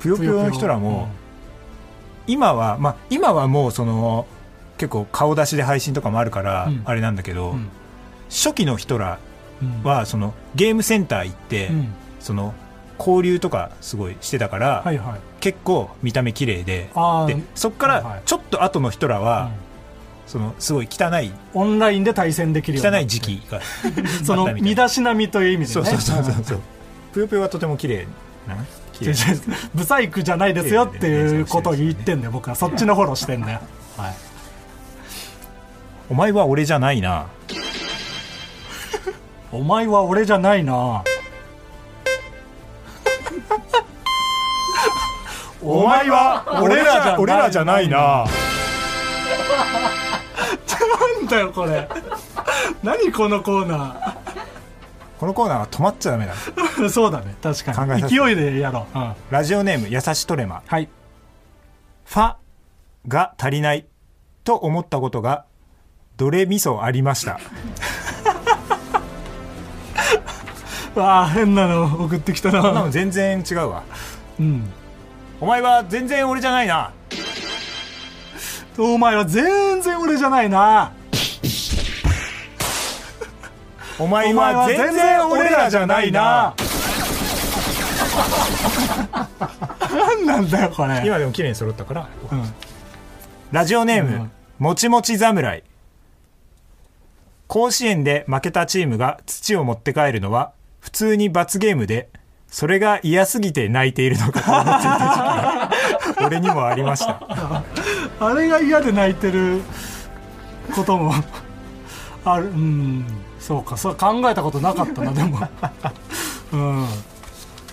Speaker 2: プヨプヨの人らも、今はまあ今はもうその結構顔出しで配信とかもあるから、
Speaker 3: うん
Speaker 2: あれなんだけど、
Speaker 3: ん
Speaker 2: 初期の人ら
Speaker 3: うん
Speaker 2: はそのゲームセンター行って、
Speaker 3: うん
Speaker 2: その交流とかすごいしてたから、
Speaker 3: はいはい
Speaker 2: 結構見た目綺麗で
Speaker 3: あ
Speaker 2: で
Speaker 3: ー
Speaker 2: そっか
Speaker 3: はいはい
Speaker 2: らちょっと後の人らは、
Speaker 3: うん
Speaker 2: そのすごい汚い
Speaker 3: オンラインで対戦できるように
Speaker 2: 汚
Speaker 3: なっ
Speaker 2: い
Speaker 3: て
Speaker 2: 時期 が
Speaker 3: そ
Speaker 2: あっ
Speaker 3: の
Speaker 2: たみたい
Speaker 3: 身だしなみという意味で
Speaker 2: そう
Speaker 3: ね
Speaker 2: そうそうそうそうぷよぷよはとても綺麗な綺麗
Speaker 3: 違う違う ブサイクじゃないですよっていうことを言ってんだよ僕はそっちのフォローしてん だよはい
Speaker 2: お前は俺じゃないな
Speaker 3: お前は俺じゃな いなお前は俺らじゃ
Speaker 2: 俺らじゃないな
Speaker 3: なんだよこれ何このコーナ
Speaker 2: このコーナーは止まっちゃダメだ
Speaker 3: ー そうだね確
Speaker 2: 考え
Speaker 3: か
Speaker 2: さ
Speaker 3: に
Speaker 2: せて
Speaker 3: 勢いでやろう、うん
Speaker 2: ラジオネーム優しトレマ
Speaker 3: はい
Speaker 2: ファが足りないと思ったことがドレミソありました
Speaker 3: わあ変なの送ってきた
Speaker 2: 多
Speaker 3: な
Speaker 2: 分全然違うわ
Speaker 3: うん
Speaker 2: お前は全然俺じゃないな
Speaker 3: お前は全然俺じゃないな
Speaker 2: お前は全然俺らじゃないな
Speaker 3: 何なんだよこれ
Speaker 2: 今でも綺麗に揃ったから、
Speaker 3: ん
Speaker 2: ラジオネーム、
Speaker 3: うん
Speaker 2: もちもち侍甲子園で負けたチームが土を持って帰るのは普通に罰ゲームでそれが嫌すぎて泣いているのかと思っていた時 期が俺にもありました
Speaker 3: あれが嫌で泣いてることもあるうんそうかそう考えたことなかったな でもうんあ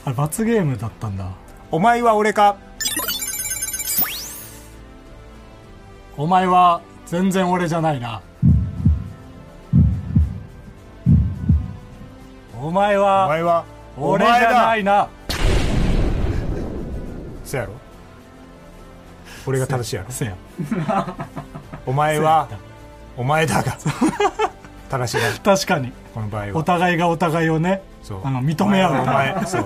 Speaker 3: れ罰ゲームだったんだ
Speaker 2: お前は俺か
Speaker 3: お前は全然俺じゃないな
Speaker 2: お
Speaker 3: お前
Speaker 2: 前
Speaker 3: は
Speaker 2: は
Speaker 3: 俺じゃないいな
Speaker 2: そやろ俺が正しいやろ
Speaker 3: せや
Speaker 2: お前はお前だ が正しいな
Speaker 3: 確かに
Speaker 2: この場合
Speaker 3: お
Speaker 2: は
Speaker 3: 互いがお互いをね
Speaker 2: そう
Speaker 3: あの認め合う
Speaker 2: お前はお前そう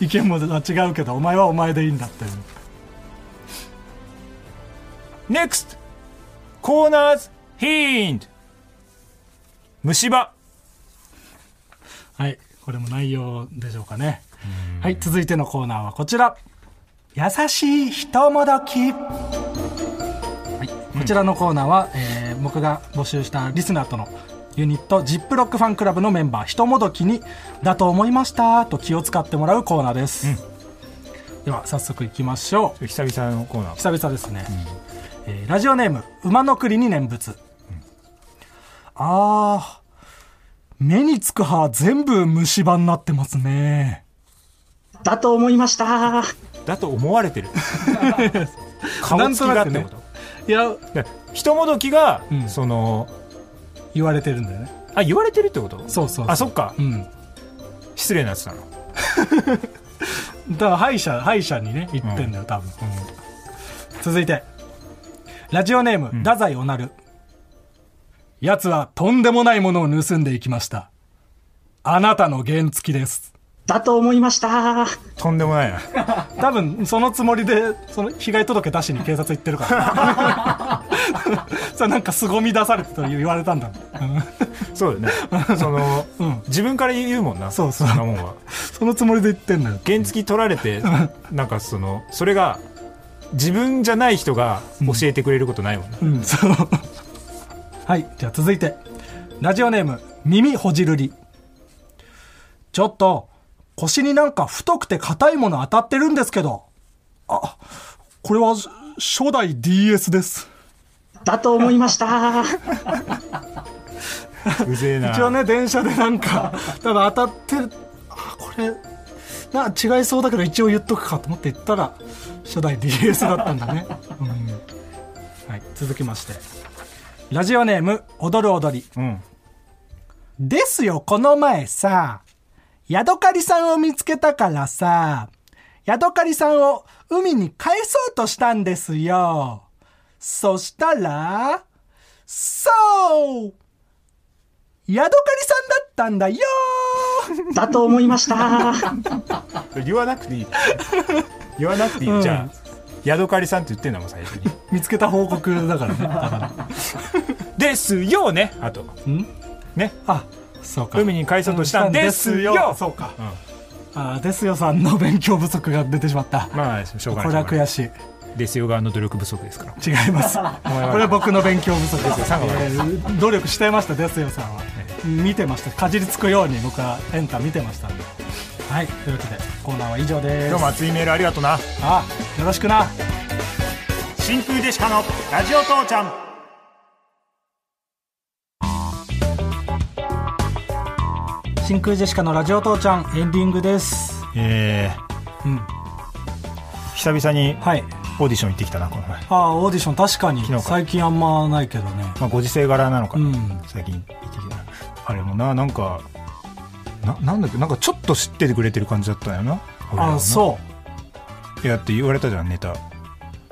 Speaker 3: 意見も違うけどお前はお前でいいんだっていう
Speaker 2: NEXT コーナーズヒント虫歯
Speaker 3: はいこれも内容でしょうかねはい続いてのコーナーはこちら優しいひともどき、はい、こちらのコーナーは、えー僕が募集したリスナーとのユニットジップロックファンクラブのメンバーひともどきに「だと思いました」と気を使ってもらうコーナーです、では早速いきましょう
Speaker 2: 久々のコーナー
Speaker 3: 久々ですね、えーラジオネーム「馬の栗に念仏」あー目につく歯全部虫歯になってますね
Speaker 5: だと思いました。
Speaker 2: だと思われ てる顔つきがってこと、
Speaker 3: いや
Speaker 2: で人もどきが、
Speaker 3: うん
Speaker 2: その
Speaker 3: 言われてるんだよね
Speaker 2: あ言われてるってこと
Speaker 3: そうそうそう
Speaker 2: あそっか
Speaker 3: うんだ
Speaker 2: 失礼なやつなの
Speaker 3: から歯医者歯医者にね行ってんだよ多分、続いてラジオネーム、太宰おなるやつはとんでもないものを盗んでいきましたあなたの原付きです
Speaker 5: だと思いました。
Speaker 2: とんでもない な
Speaker 3: 多分そのつもりでその被害届出しに警察行ってるからそれなんか凄み出されてと言われたんだ、うん
Speaker 2: そうだよねその、自分から言うもんな
Speaker 3: そうそうん
Speaker 2: なもんは
Speaker 3: そのつもりで言ってんのよ
Speaker 2: 原付取られ てなんかそのそれが自分じゃない人が教えてくれることないもんな、
Speaker 3: うんそうはいじゃあ続いてラジオネーム耳ほじるりちょっと腰になんか太くて硬いもの当たってるんですけどあこれはし初代 DS です
Speaker 5: だと思いました。
Speaker 2: うぜえな
Speaker 3: 一応ね電車でなんか多分当たってるあこれな違いそうだけど一応言っとくかと思って言ったら初代 DS だったんだね、うんはい、続きましてラジオネーム「踊る踊り」
Speaker 2: うん
Speaker 3: ですよ、この前さ、ヤドカリさんを見つけたからさ、ヤドカリさんを海に返そうとしたんですよ。そしたら、そうヤドカリさんだっ たんだよ
Speaker 5: だと思いました。
Speaker 2: 言わなくていい言わなくていい、じゃあヤドカリさんって言ってんだもん最初に
Speaker 3: 見つけた報告だからね。
Speaker 2: ですよねあとね
Speaker 3: あ、そうか。
Speaker 2: 海に返そうとしたんですよ
Speaker 3: そうか。
Speaker 2: うん
Speaker 3: あですよさんの勉強不足が出てしまった。
Speaker 2: まあしょうが
Speaker 3: こ
Speaker 2: ない
Speaker 3: れは
Speaker 2: しょうがな
Speaker 3: 悔
Speaker 2: い
Speaker 3: しい。
Speaker 2: ですよ側の努力不足ですから
Speaker 3: 違い ます。これは僕の勉強不足です。えー努力してましたですよさんは。見てました。かじりつくように僕はエンタ見てましたんで。はい、というわけでコーナーは以上です。
Speaker 2: 今日も熱いメールありがとうな
Speaker 3: あ、よろしくな。
Speaker 2: 真空でしかのラジオ父ちゃん
Speaker 3: 真空ジェシカのラジオ父ちゃんエンディングです。
Speaker 2: えー
Speaker 3: うん
Speaker 2: 久々に
Speaker 3: はい。
Speaker 2: オーディション行ってきたなこの前、
Speaker 3: あー、オーディション確かに
Speaker 2: 昨日か
Speaker 3: 最近あんまないけどね。
Speaker 2: まあ、ご時世柄なのか、
Speaker 3: うん
Speaker 2: 最近行ってきたなあれもななんかななんだっけなんかちょっと知っててくれてる感じだったんやな
Speaker 3: あ、
Speaker 2: う
Speaker 3: そう。
Speaker 2: いやって言われたじゃんネタ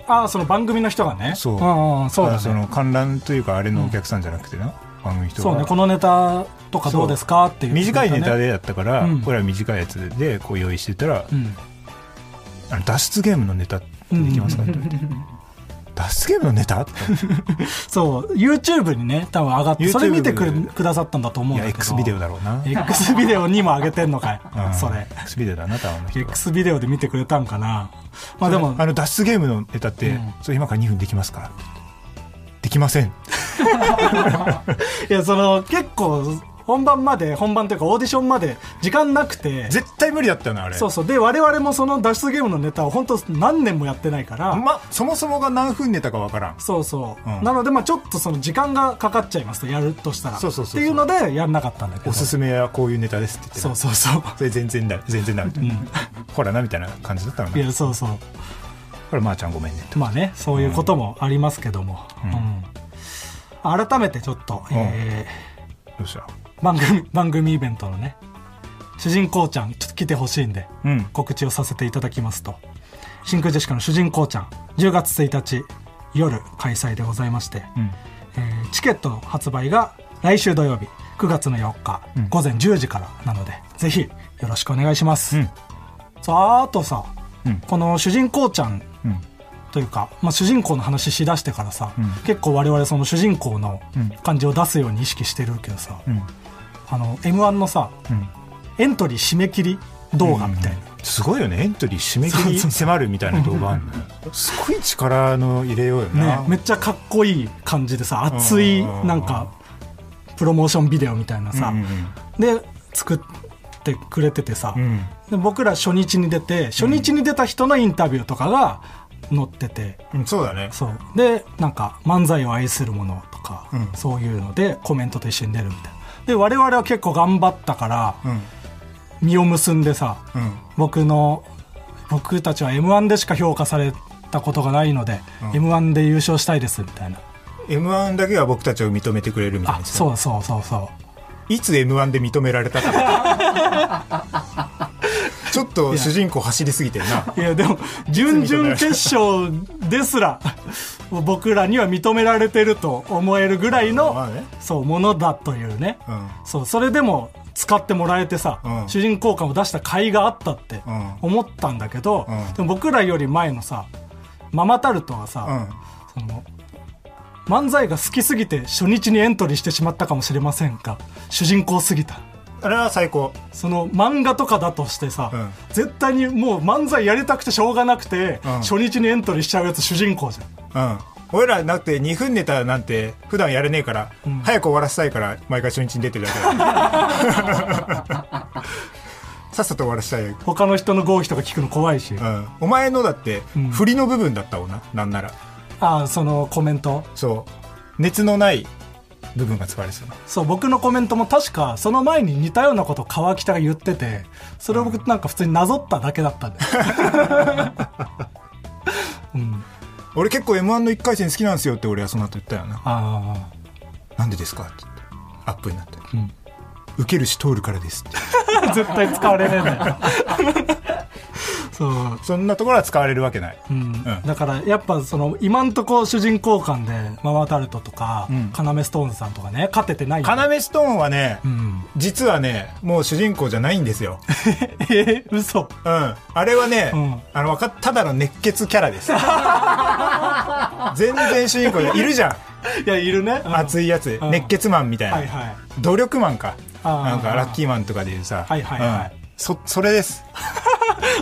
Speaker 3: あー、その番組の人がね。
Speaker 2: そう
Speaker 3: うんうん、そうだ
Speaker 2: たそ
Speaker 3: ね。
Speaker 2: の観覧というかあれのお客さんじゃなくてな、番組の人が
Speaker 3: そうね、このネタとかどうですかっていう。
Speaker 2: 短いネタ
Speaker 3: ね。
Speaker 2: でやったから、
Speaker 3: うん
Speaker 2: これは短いやつでこう用意してたら、
Speaker 3: うん。
Speaker 2: あの脱出ゲームのネタってできますかって言われて脱出ゲームのネタって
Speaker 3: そう、YouTube にね、多分上がって、
Speaker 2: YouTube
Speaker 3: それ見てくれくださったんだと思う
Speaker 2: い
Speaker 3: んだ
Speaker 2: や
Speaker 3: けど。
Speaker 2: X ビデオ。だろうな、
Speaker 3: X ビデオにも上げてんのかい、
Speaker 2: うん
Speaker 3: それ。
Speaker 2: X ビデオだな多分あの人は
Speaker 3: X ビデオで見てくれたんかな。まあでも、
Speaker 2: あの脱出ゲームのネタって、
Speaker 3: うん
Speaker 2: それ今から2分できますかできません
Speaker 3: いや、その、結構、本番まで、本番というかオーディションまで時間なくて、
Speaker 2: 絶対無理だったよなあれ
Speaker 3: そうそう。で、我々もその脱出ゲームのネタを本当何年もやってないから、
Speaker 2: ま、そもそもが何分ネタかわからん
Speaker 3: そうそう、
Speaker 2: うん
Speaker 3: なので、まあちょっとその時間がかかっちゃいますと、やるとしたら。
Speaker 2: そうそうそうそう
Speaker 3: っていうので、やんなかったんだけど。
Speaker 2: おすすめはこういうネタですって言って
Speaker 3: そう
Speaker 2: な
Speaker 3: そうそう。
Speaker 2: それ全然だ全然だみたいな、 ほらなみたいな感じだったの
Speaker 3: い
Speaker 2: ね
Speaker 3: や、そうそう。
Speaker 2: ほらまー、ちゃんごめんねと
Speaker 3: まあね、そういうこともありますけども。うん改めてちょっと、
Speaker 2: ん
Speaker 3: え
Speaker 2: どうした
Speaker 3: ー番組、番組イベントのね、主人公ちゃん、ちょっと来てほしいんで、
Speaker 2: うん
Speaker 3: 告知をさせていただきますと、真空ジェシカの主人公ちゃん、10月1日夜開催でございまして、
Speaker 2: うん
Speaker 3: えーチケットの発売が来週土曜日、9月の4日、午前10時からなので、ぜひよろしくお願いします。
Speaker 2: うん
Speaker 3: さあ、あとさ、
Speaker 2: うん
Speaker 3: この主人公ちゃん
Speaker 2: うん
Speaker 3: というか、まあ、主人公の話しだしてからさ、
Speaker 2: ん
Speaker 3: 結構我々その主人公の
Speaker 2: うん
Speaker 3: 感じを出すように意識してるけどさ、
Speaker 2: うん
Speaker 3: あの m 1のさ
Speaker 2: うん
Speaker 3: エントリー締め切り動画みたいな、
Speaker 2: すごいよねエントリー締め切り
Speaker 3: そうそう
Speaker 2: 迫るみたいな動画あるのよすごい力の入れようよな、
Speaker 3: ね、めっちゃかっこいい感じでさ熱い
Speaker 2: うんうんうん
Speaker 3: なんかプロモーションビデオみたいなさ、
Speaker 2: うん
Speaker 3: で作ってくれててさ、
Speaker 2: うん
Speaker 3: で僕ら初日に出て初日に出た人のインタビューとかが載ってて、
Speaker 2: うんそうだね
Speaker 3: そうでなんか漫才を愛する者とか、そういうのでコメントと一緒に出るみたいなで我々は結構頑張ったから、実を結んでさ、
Speaker 6: ん
Speaker 3: 僕の僕たちは m 1でしか評価されたことがないので、m 1で優勝したいですみたいな
Speaker 2: m 1だけは僕たちを認めてくれるみたい
Speaker 3: あ
Speaker 2: な
Speaker 3: そうそうそうそう
Speaker 2: いつ m 1で認められたかちょっと主人公走りすぎてるない
Speaker 3: やでも準々決勝ですら僕らには認められてると思えるぐらいの、
Speaker 2: まあね
Speaker 3: そうものだというね、
Speaker 2: うん
Speaker 3: そうそれでも使ってもらえてさ、
Speaker 2: うん
Speaker 3: 主人公感を出した甲斐があったって
Speaker 2: うん
Speaker 3: 思ったんだけど、
Speaker 2: うん
Speaker 3: でも僕らより前のさママタルトは
Speaker 2: う
Speaker 3: さ、
Speaker 2: ん
Speaker 3: その漫才が好きすぎて初日にエントリーしてしまったかもしれませんが主人公すぎた
Speaker 2: あれは最高
Speaker 3: その漫画とかだとしてさ、
Speaker 2: うん
Speaker 3: 絶対にもう漫才やりたくてしょうがなくて、
Speaker 2: うん
Speaker 3: 初日にエントリーしちゃうやつ主人公じゃん
Speaker 2: うん俺らだって2分ネタなんて普段やれねえから、早く終わらせたいから毎回初日に出てるだけださっさと終わらせたい、うん、
Speaker 3: 他の人の合否とか聞くの怖いし、あ
Speaker 2: お前のだって
Speaker 3: ん
Speaker 2: 振りの部分だったもんななんなら
Speaker 3: あそのコメント
Speaker 2: そう熱のない部分が使われてた
Speaker 3: そう僕のコメントも確かその前に似たようなことを川北が言っててそれを僕なんか普通になぞっただけだったんだよ
Speaker 2: 俺結構 m 1の1回戦好きなんですよって俺はその後言ったよな
Speaker 3: あ
Speaker 2: なんでですかって言ってアップになって、受けるし通るからですって
Speaker 3: あ絶対使われねえんだよそう、
Speaker 2: そんなところは使われるわけない、
Speaker 3: うんだからやっぱその今んとこ主人公感でママタルトとか、カナメストーンさんとかね勝ててないんだよ
Speaker 2: 要ストーンはね、
Speaker 3: うん
Speaker 2: 実はねもう主人公じゃないんですよ
Speaker 3: えー、嘘
Speaker 2: うんあれはね、
Speaker 3: うん
Speaker 2: あのわかっただの熱血キャラ です全然主人公じゃいるじゃん
Speaker 3: いやいるね、うん
Speaker 2: 熱いやつ、
Speaker 3: うん
Speaker 2: 熱血マンみたいな、
Speaker 3: はいはい
Speaker 2: 努力マンか
Speaker 3: あー
Speaker 2: なんかラッキーマンとかでいうさ
Speaker 3: はいはいはい
Speaker 2: うんそそれです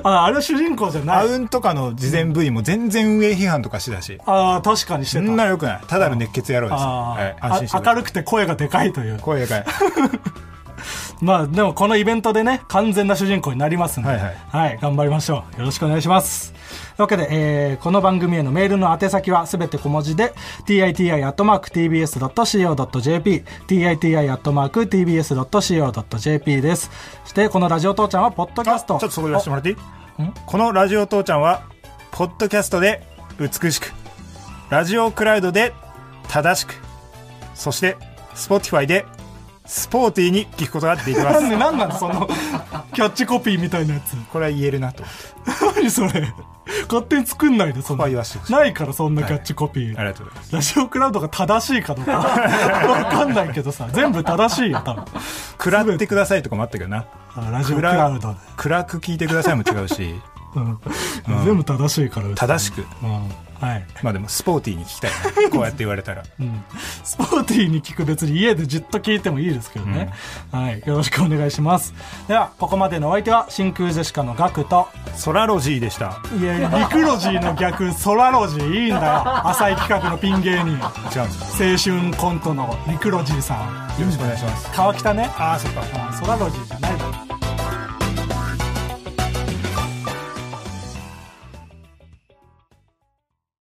Speaker 3: ああれは主人公じゃな
Speaker 2: ア
Speaker 3: い
Speaker 2: ウンとかの事前部位も全然運営批判とかしてたし
Speaker 3: ああ確かにして
Speaker 2: そ
Speaker 3: た
Speaker 2: んなの良くないただの熱血野郎です、
Speaker 3: あ
Speaker 2: はい、
Speaker 3: あ、
Speaker 2: 安心して
Speaker 3: あ明るくて声がでかいという
Speaker 2: 声で かい
Speaker 3: まあでもこのイベントでね完全な主人公になりますんで、
Speaker 2: は
Speaker 3: はいい
Speaker 2: はい
Speaker 3: 頑張りましょうよろしくお願いしますというわけで、えーこの番組へのメールの宛先はすべて小文字で titi.tbs.co.jp titi.tbs.co.jp ですそしてこのラジオ父ちゃんはポッドキャ
Speaker 2: あ
Speaker 3: ス
Speaker 2: ちょ
Speaker 3: ト
Speaker 2: っとそこ言わせてもらっていいこの「ラジオ父ちゃん」はポッドキャストで美しくラジオクラウドで正しくそして Spotify でスポーティーに聞くことができま
Speaker 3: お
Speaker 2: す
Speaker 3: なんでなんなんそのキャッチコピーみたいなやつ
Speaker 2: これは言えるなと思って
Speaker 3: 何それ勝手に作んないでそん
Speaker 2: ここは
Speaker 3: な
Speaker 2: 言わせてほしい
Speaker 3: ないからそんなキャッチコピー、
Speaker 2: ありがとうございます
Speaker 3: ラジオクラウドが正しいか どうかわかんないけどさ全部正しいよ多分
Speaker 2: 食らってくださいとかもあったけどな
Speaker 3: あラジオクラウドで、
Speaker 2: 暗く聞いてくださいも違うし
Speaker 3: うん全部正しいから
Speaker 2: 正
Speaker 3: し
Speaker 2: しく
Speaker 3: うんはい、
Speaker 2: まあでもスポーティーに聞きたいなこうやって言われたら
Speaker 3: スポーティーに聞く別に家でじっと聞いてもいいですけどね、はい、よろしくお願いしますではここまでのお相手は真空ジェシカのガクと
Speaker 2: ソラロジーでした
Speaker 3: いやリクロジーの逆ソラロジーいいんだよ浅い企画のピン芸人
Speaker 2: 違うんですよ
Speaker 3: 青春コントのリクロジーさん
Speaker 2: ろしくお願いします
Speaker 3: 川北ね
Speaker 2: ああそっか
Speaker 3: あソラロジーじゃないだろ